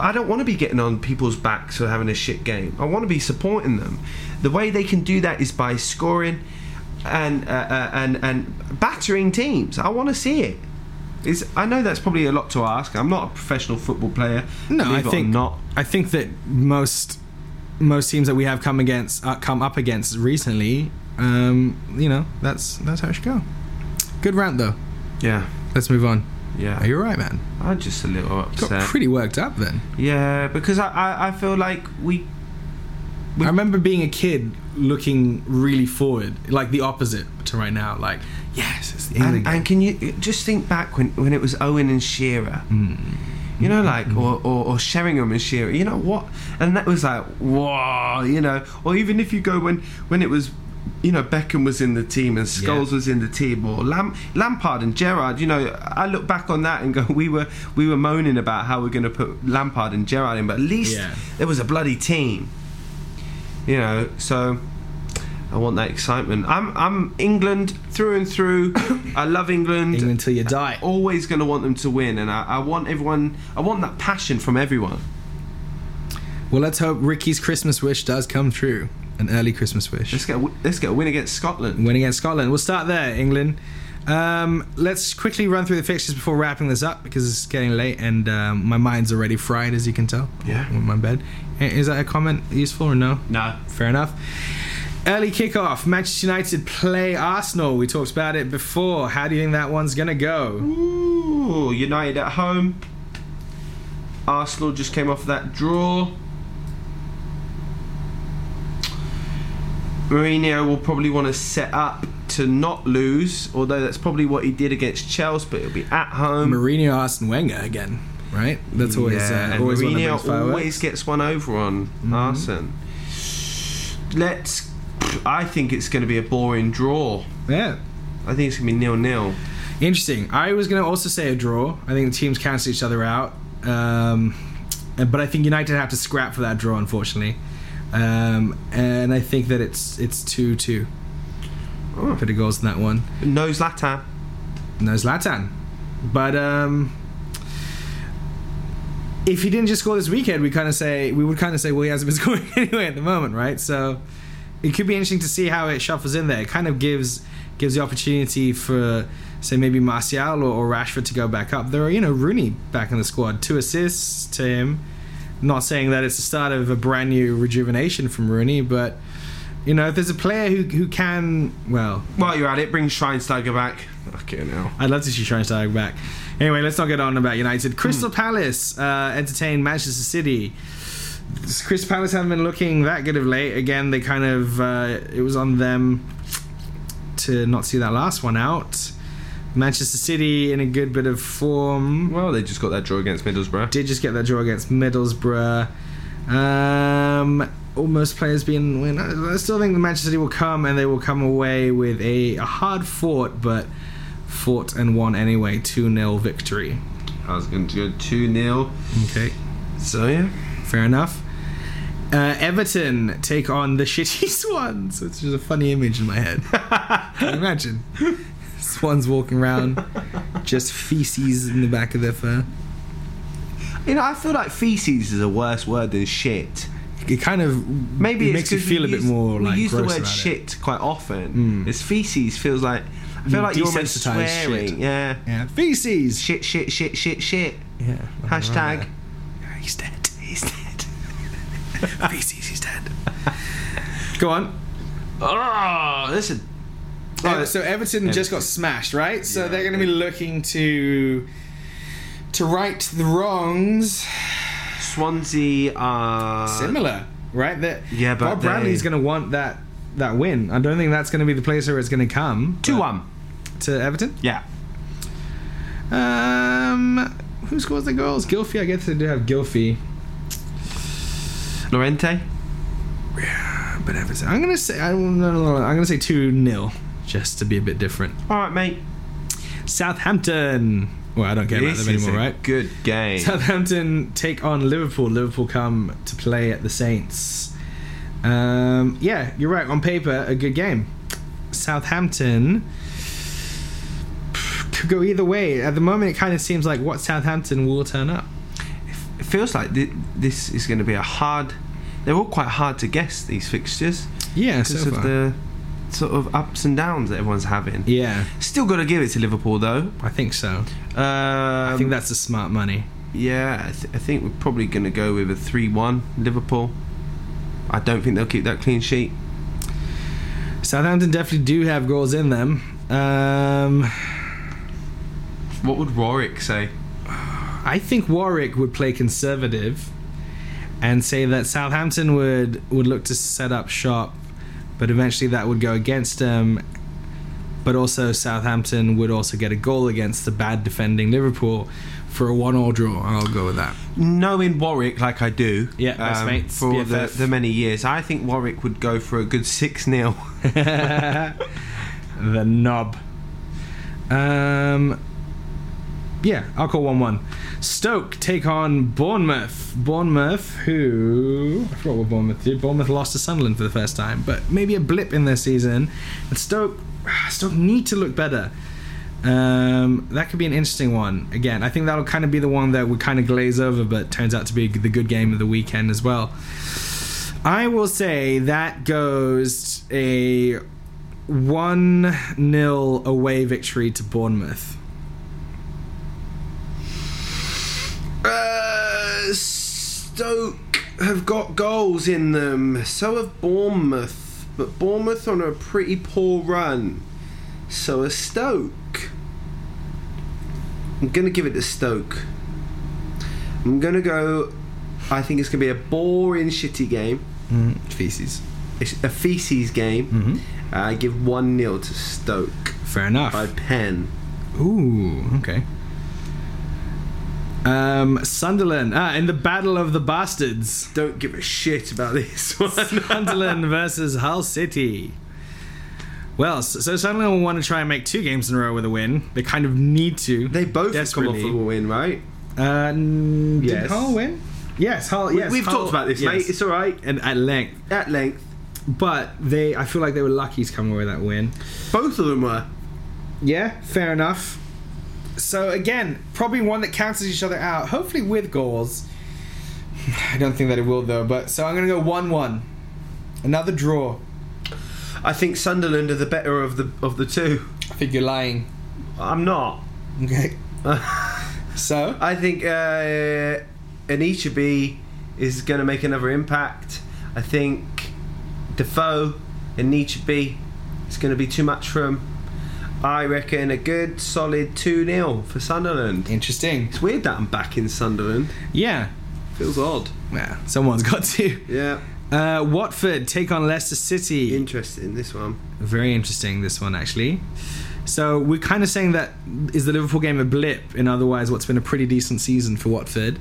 B: I don't want to be getting on people's backs for having a shit game. I want to be supporting them. The way they can do that is by scoring, and uh, uh, and and battering teams. I want to see it. Is I know that's probably a lot to ask. I'm not a professional football player.
A: No,
B: believe
A: I
B: it or
A: think
B: not.
A: I think that most most teams that we have come against uh, come up against recently, um, you know, that's that's how it should go. Good rant though.
B: Yeah,
A: Let's move on.
B: yeah.
A: Are you all right, man?
B: I'm just a little
A: Got
B: upset.
A: pretty worked up then.
B: Yeah, because I, I, I feel like we We-
A: I remember being a kid looking really forward, like the opposite to right now. Like, yes, it's the England
B: and,
A: game.
B: and can you just think back when, when it was Owen and Shearer, you know, like or, or or Sheringham and Shearer, you know what? And that was like whoa, you know, or even if you go when when it was. You know, Beckham was in the team and Scholes was in the team, or Lam- Lampard and Gerrard. You know, I look back on that and go, we were we were moaning about how we're going to put Lampard and Gerrard in, but at least
A: Yeah.
B: there was a bloody team. You know, so I want that excitement. I'm I'm England through and through. I love England.
A: England till you die. Oh,
B: Always going to want them to win, and I, I want everyone. I want that passion from everyone.
A: Well, let's hope Ricky's Christmas wish does come true. An early Christmas wish.
B: Let's get a, w- let's get a win against Scotland.
A: Win against Scotland. We'll start there, England. Um, let's quickly run through the fixtures before wrapping this up because it's getting late and um, my mind's already fried, as you can tell.
B: Yeah.
A: I'm in my bed. I- Is that a comment useful or no?
B: No.
A: Fair enough. Early kickoff. Manchester United play Arsenal. We talked about it before. How do you think that one's gonna go?
B: Ooh, United at home. Arsenal just came off that draw. Mourinho will probably want to set up to not lose, although that's probably what he did against Chelsea. But it'll be at home.
A: Mourinho, Arsene Wenger again, right? That's always
B: yeah,
A: uh,
B: and
A: always one of the
B: Mourinho
A: biggest fireworks. Mm-hmm.
B: always gets one over on Arsene. Let's. I think it's going to be a boring draw.
A: Yeah,
B: I think it's gonna be nil nil.
A: Interesting. I was going to also say a draw. I think the teams cancel each other out. Um, and- but I think United have to scrap for that draw, unfortunately. Um, and I think that it's it's 2 2.
B: Oh.
A: Put a goals in that one.
B: No Zlatan.
A: No Zlatan. But um, if he didn't just score this weekend, we kind of say we would kind of say, well, he hasn't been scoring anyway at the moment, right? So it could be interesting to see how it shuffles in there. It kind of gives gives the opportunity for say maybe Martial or, or Rashford to go back up. There are you know Rooney back in the squad, two assists to him. Not saying that it's the start of a brand new rejuvenation from Rooney, but you know if there's a player who who can well
B: While you're at it, bring Schweinsteiger back. Okay, now.
A: I'd love to see Schweinsteiger back. Anyway, let's not get on about United. Crystal Palace uh, entertained Manchester City. Crystal Palace haven't been looking that good of late. Again, they kind of uh, it was on them to not see that last one out. Manchester City in a good bit of form
B: Well, they just got that draw against Middlesbrough.
A: did just get that draw against Middlesbrough. Um, almost players being win. I I still think the Manchester City will come and they will come away with a, a hard fought, but fought and won anyway. 2 0 victory.
B: I was going to go 2 0.
A: Okay.
B: So, yeah.
A: Fair enough. Uh, Everton take on the shitty Swans, which is a funny image in my head. Can you imagine? Swans walking around, just feces in the back of their fur.
B: You know, I feel like feces is a worse word than shit.
A: It kind of
B: Maybe
A: it
B: it's
A: makes you
B: 'cause
A: feel a
B: we
A: bit
B: use-
A: more like
B: we use the
A: gross
B: word
A: about it. Mm.
B: shit quite often. It's feces feels like I feel like you're almost
A: Desensitized shit.
B: swearing. Yeah,
A: Yeah, feces.
B: shit, shit, shit, shit, shit.
A: Oh, Yeah.
B: Hashtag.
A: He's dead. He's dead. feces. He's dead. Go on.
B: Oh, listen.
A: Ever- Oh, so Everton, just got smashed, right? So
B: Yeah,
A: they're going to be looking to to right the wrongs.
B: Swansea are
A: Similar, right? That
B: Uh, Yeah, but
A: Bob Bradley's
B: they-
A: going to want that that win. I don't think that's going to be the place where it's going to come.
B: two one.
A: to Everton.
B: Yeah.
A: Um, who scores the goals? Gilfie. I guess they do have Gilfie.
B: Lorente.
A: But Everton, I'm gonna say I don't know. I'm gonna say two 0 just to be a bit different.
B: All right, mate.
A: Southampton. Well, I don't care about
B: This
A: them
B: is
A: anymore,
B: a
A: right?
B: Good game.
A: Southampton take on Liverpool. Liverpool come to play at the Saints. Um, yeah, you're right. On paper, a good game. Southampton could go either way. At the moment, it kind of seems like what Southampton will turn up.
B: It feels like thi- this is going to be a hard. They're all quite hard to guess these fixtures
A: Yeah,
B: because
A: so
B: of
A: far.
B: the sort of ups and downs that everyone's having.
A: yeah,
B: Still got to give it to Liverpool though.
A: I think so.
B: Um,
A: I think that's the smart money.
B: Yeah, I, th- I think we're probably going to go with a three-one Liverpool. I don't think they'll keep that clean sheet.
A: Southampton definitely do have goals in them. Um,
B: What would Warwick say?
A: I think Warwick would play conservative and say that Southampton would would look to set up shop, but eventually that would go against them. But also Southampton would also get a goal against the bad defending Liverpool for a one-all draw. I'll go with that.
B: Knowing Warwick like I do, um,
A: Yeah, best mates,
B: for the,
A: BFF.
B: the many years, I think Warwick would go for a good six 0
A: the knob. Um, yeah, I'll call one-one. Stoke take on Bournemouth. Bournemouth, who I forgot what Bournemouth did. Bournemouth lost to Sunderland for the first time, but maybe a blip in their season. And Stoke, ah, Stoke need to look better. Um, that could be an interesting one. Again, I think that'll kind of be the one that we kind of glaze over, but turns out to be the good game of the weekend as well. I will say that goes a 1 0 away victory to Bournemouth.
B: Uh, Stoke have got goals in them. So have Bournemouth, but Bournemouth on a pretty poor run. So are Stoke. I'm gonna give it to Stoke. I'm gonna go. I think it's gonna be a boring, shitty game.
A: Feces.
B: It's a feces game. I give one 0 to Stoke
A: Fair enough.
B: by pen.
A: Ooh, okay. Um, Sunderland. Ah, in the Battle of the Bastards.
B: Don't give a shit about this one.
A: Sunderland versus Hull City. Well, s- so suddenly we want to try and make two games in a row with a win. They kind of need to.
B: They both have come off
A: Desperately.
B: of a win, right?
A: Uh, n-
B: Yes.
A: Did Hull win? Yes, Hull. Yes,
B: we, have
A: Hull-
B: talked about this,
A: yes.
B: mate. It's all right.
A: and at length,
B: At length,
A: but they. I feel like they were lucky to come away with that win.
B: both of them were.
A: Yeah, fair enougf. So again, probably one that cancels each other out. Hopefully with goals. I don't think that it will though. But so I'm gonna go one-one. Another draw.
B: I think Sunderland are the better of the of the two.
A: I think you're lying.
B: I'm not.
A: Okay. so
B: I think uh, Anichabi is going to make another impact. I think Defoe and Nichabi is going to be too much for him. I reckon a good solid 2 0 for Sunderland.
A: interesting.
B: It's weird that I'm back in Sunderland.
A: Yeah.
B: Feels odd.
A: Well, someone's got to.
B: Yeah,
A: Uh, Watford take on Leicester City.
B: interesting this one.
A: Very interesting this one actually. So we're kind of saying that is the Liverpool game a blip in otherwise what's been a pretty decent season for Watford.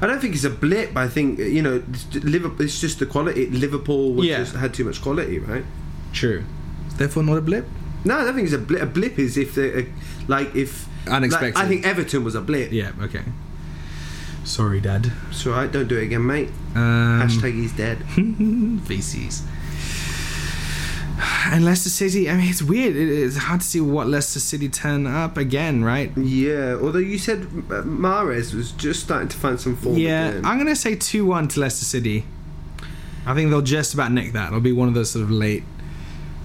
B: I don't think it's a blip. I think you know, Liverpool. It's just the quality. Liverpool was
A: Yeah.
B: just, had too much quality, right?
A: True. Therefore, not a blip.
B: No, I don't think it's a blip. A blip is if they uh, like if
A: Unexpected.
B: Like, I think Everton was a blip.
A: Yeah. Okay. Sorry, Dad.
B: It's alright, don't do it again, mate.
A: Um,
B: Hashtag he's dead.
A: feces. And Leicester City. I mean, it's weird. It, it's hard to see what Leicester City turn up again, right?
B: Yeah, although you said uh, Mares was just starting to find some form.
A: yeah,
B: again.
A: I'm gonna say two-one to Leicester City. I think they'll just about nick that. It'll be one of those sort of late.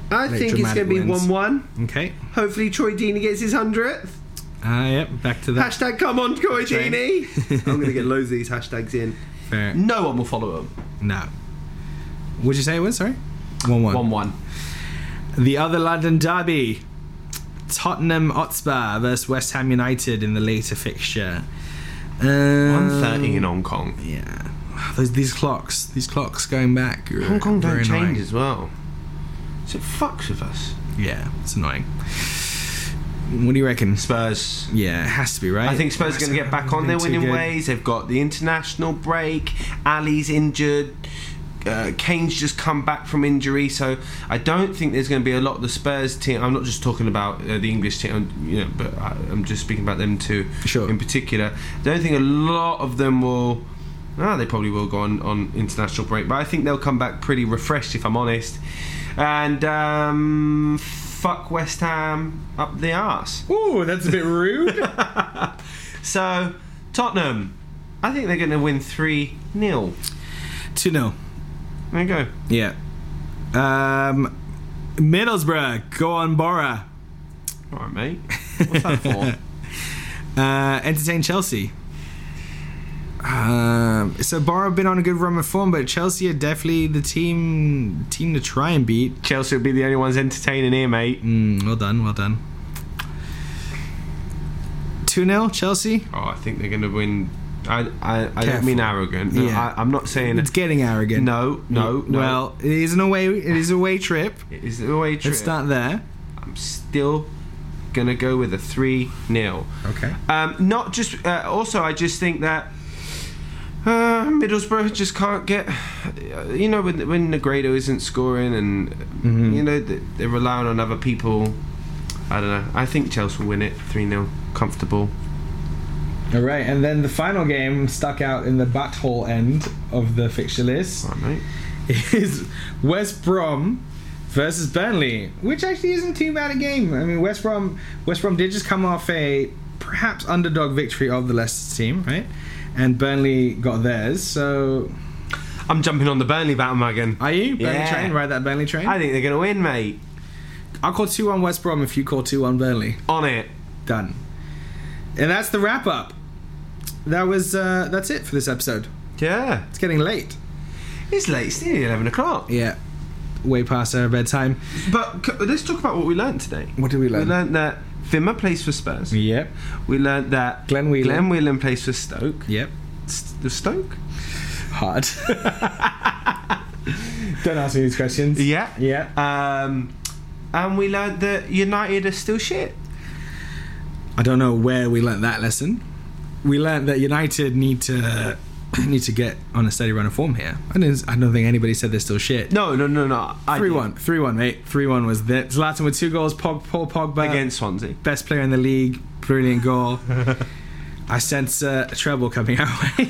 B: I
A: like
B: think it's
A: dramatic
B: going to be
A: wins.
B: one-one.
A: Okay.
B: Hopefully, Troy Deeney gets his hundredth.
A: Ah, yep. Back to that.
B: Hashtag come on, Troy
A: train.
B: Deeney. I'm going to get loads of these hashtags in.
A: Fair.
B: No one will follow him.
A: No. Would you say it was sorry? One-one.
B: One-one.
A: The other London derby, Tottenham Hotspur versus West Ham United in the later fixture. Um,
B: Hong Kong.
A: Yeah, Those, these clocks, these clocks going back. are
B: Hong Kong don't
A: very
B: change
A: annoying.
B: as well, so it fucks with us.
A: Yeah, it's annoying. What do you reckon?
B: Spurs.
A: Yeah, it has to be right.
B: I think Spurs are going to get back on their
A: Nothing too
B: winning
A: good.
B: ways. They've got the international break. Ali's injured. Uh, Kane's just come back from injury, so I don't think there's going to be a lot of the Spurs team. I'm not just talking about uh, the English team, um, you know, but I, I'm just speaking about them too
A: Sure.
B: in particular. I don't think a lot of them will. Ah, they probably will go on on international break, but I think they'll come back pretty refreshed, if I'm honest. And um, fuck West Ham up the arse.
A: Ooh, that's a bit rude.
B: So, Tottenham, I think they're going to win 3 0.
A: Two 0
B: There you go.
A: Yeah. Um, Middlesbrough go on Borough.
B: All right, mate. What's that for?
A: Uh, entertain Chelsea. Um, so Borough have been on a good run of form, but Chelsea are definitely the team team to try and beat.
B: Chelsea will be the only ones entertaining here, mate.
A: Mm, well done, well done. 2 0 Chelsea?
B: Oh, I think they're going to win. I, I, I don't
A: Careful.
B: mean arrogant. No,
A: Yeah.
B: I, I'm not saying.
A: It's getting arrogant.
B: No, no, no.
A: Well, it is an away it is a away trip.
B: is it the way true?
A: Let's start there.
B: I'm still going to go with a 3 0.
A: Okay.
B: Um, not just. Uh, also, I just think that uh, Middlesbrough just can't get. uh, You know, when when Negredo isn't scoring, and you know th- they're relying on other people. I don't know. I think Chelsea will win it three 0 comfortable.
A: All right, and then the final game stuck out in the butthole end of the fixture list.
B: All right, mate.
A: is West Brom versus Burnley, which actually isn't too bad a game. I mean, West Brom West Brom did just come off a perhaps underdog victory of the Leicester team, right? And Burnley got theirs. So
B: I'm jumping on the Burnley bandwagon.
A: are you Burnley
B: Yeah.
A: train? Ride that Burnley train.
B: I
A: I,
B: think they're gonna win, mate.
A: will call two one West Brom if you call two one Burnley.
B: On it.
A: Done. And that's the wrap up. That was uh, that's it for this episode.
B: Yeah.
A: It's getting late.
B: It's late. It's nearly eleven o'clock.
A: Yeah, way past our bedtime.
B: But c- let's talk about what we learned today.
A: What did we
B: We
A: learn?
B: learned that Vimmer plays for Spurs.
A: Yep.
B: We learned that
A: Glenn Whelan.
B: Glenn Whelan plays for Stoke.
A: Yep.
B: St- Stoke?
A: hard. Don't ask me these questions.
B: Yeah.
A: Yeah.
B: Um, and we learned that United are still shit.
A: I don't know where we learnt that lesson. We learnt that United need to need to get on a steady run of form here. I don't, I don't think anybody said they're still shit.
B: No, no, no, no. I
A: Three
B: did.
A: one, three one, mate. Three one was that Zlatan with two goals. Pog, Paul Pogba
B: against Swansea.
A: best player in the league, brilliant goal. I sense uh, a treble coming our way.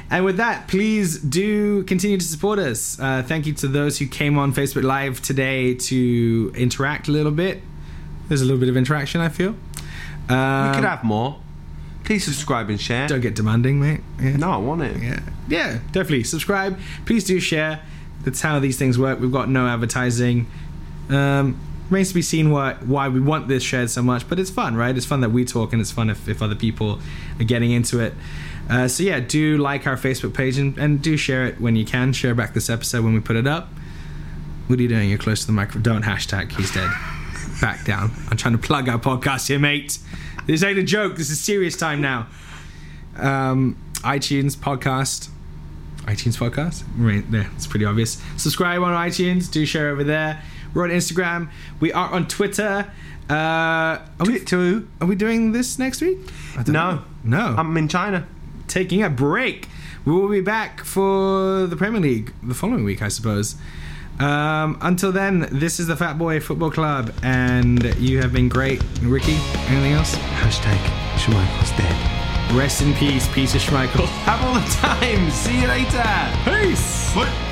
A: and with that, please do continue to support us. Uh, thank you to those who came on Facebook Live today to interact a little bit. There's a little bit of interaction, I feel. Um,
B: we could have more. Please subscribe and share.
A: Don't get demanding, mate. Yeah.
B: No, I want it.
A: Yeah. Yeah, definitely. Subscribe. Please do share. That's how these things work. We've got no advertising. Um, remains to be seen why, why we want this shared so much, but it's fun, right? It's fun that we talk and it's fun if, if other people are getting into it. Uh, so, yeah, do like our Facebook page and, and do share it when you can. Share back this episode when we put it up. What are you doing? You're close to the microphone. Don't hashtag he's dead. Back down. I'm trying to plug our podcast here, mate. This ain't a joke. This is serious time now um, iTunes podcast. iTunes podcast? Right there, it's pretty obvious. Subscribe on iTunes, do share over there. We're on Instagram, we are on Twitter. Uh, are, we,
B: Twitter.
A: are we doing this next week? I don't
B: No.
A: know. No. I'm
B: I'm in China.
A: taking a break. We will be back for the Premier League the following week, I suppose. Um, until then, this is the Fat Boy Football Club, and you have been great. Ricky, anything else?
B: Hashtag Schmeichel's dead.
A: Rest in peace, Peter Schmeichel.
B: Have all the time. See you later.
A: Peace!
B: What?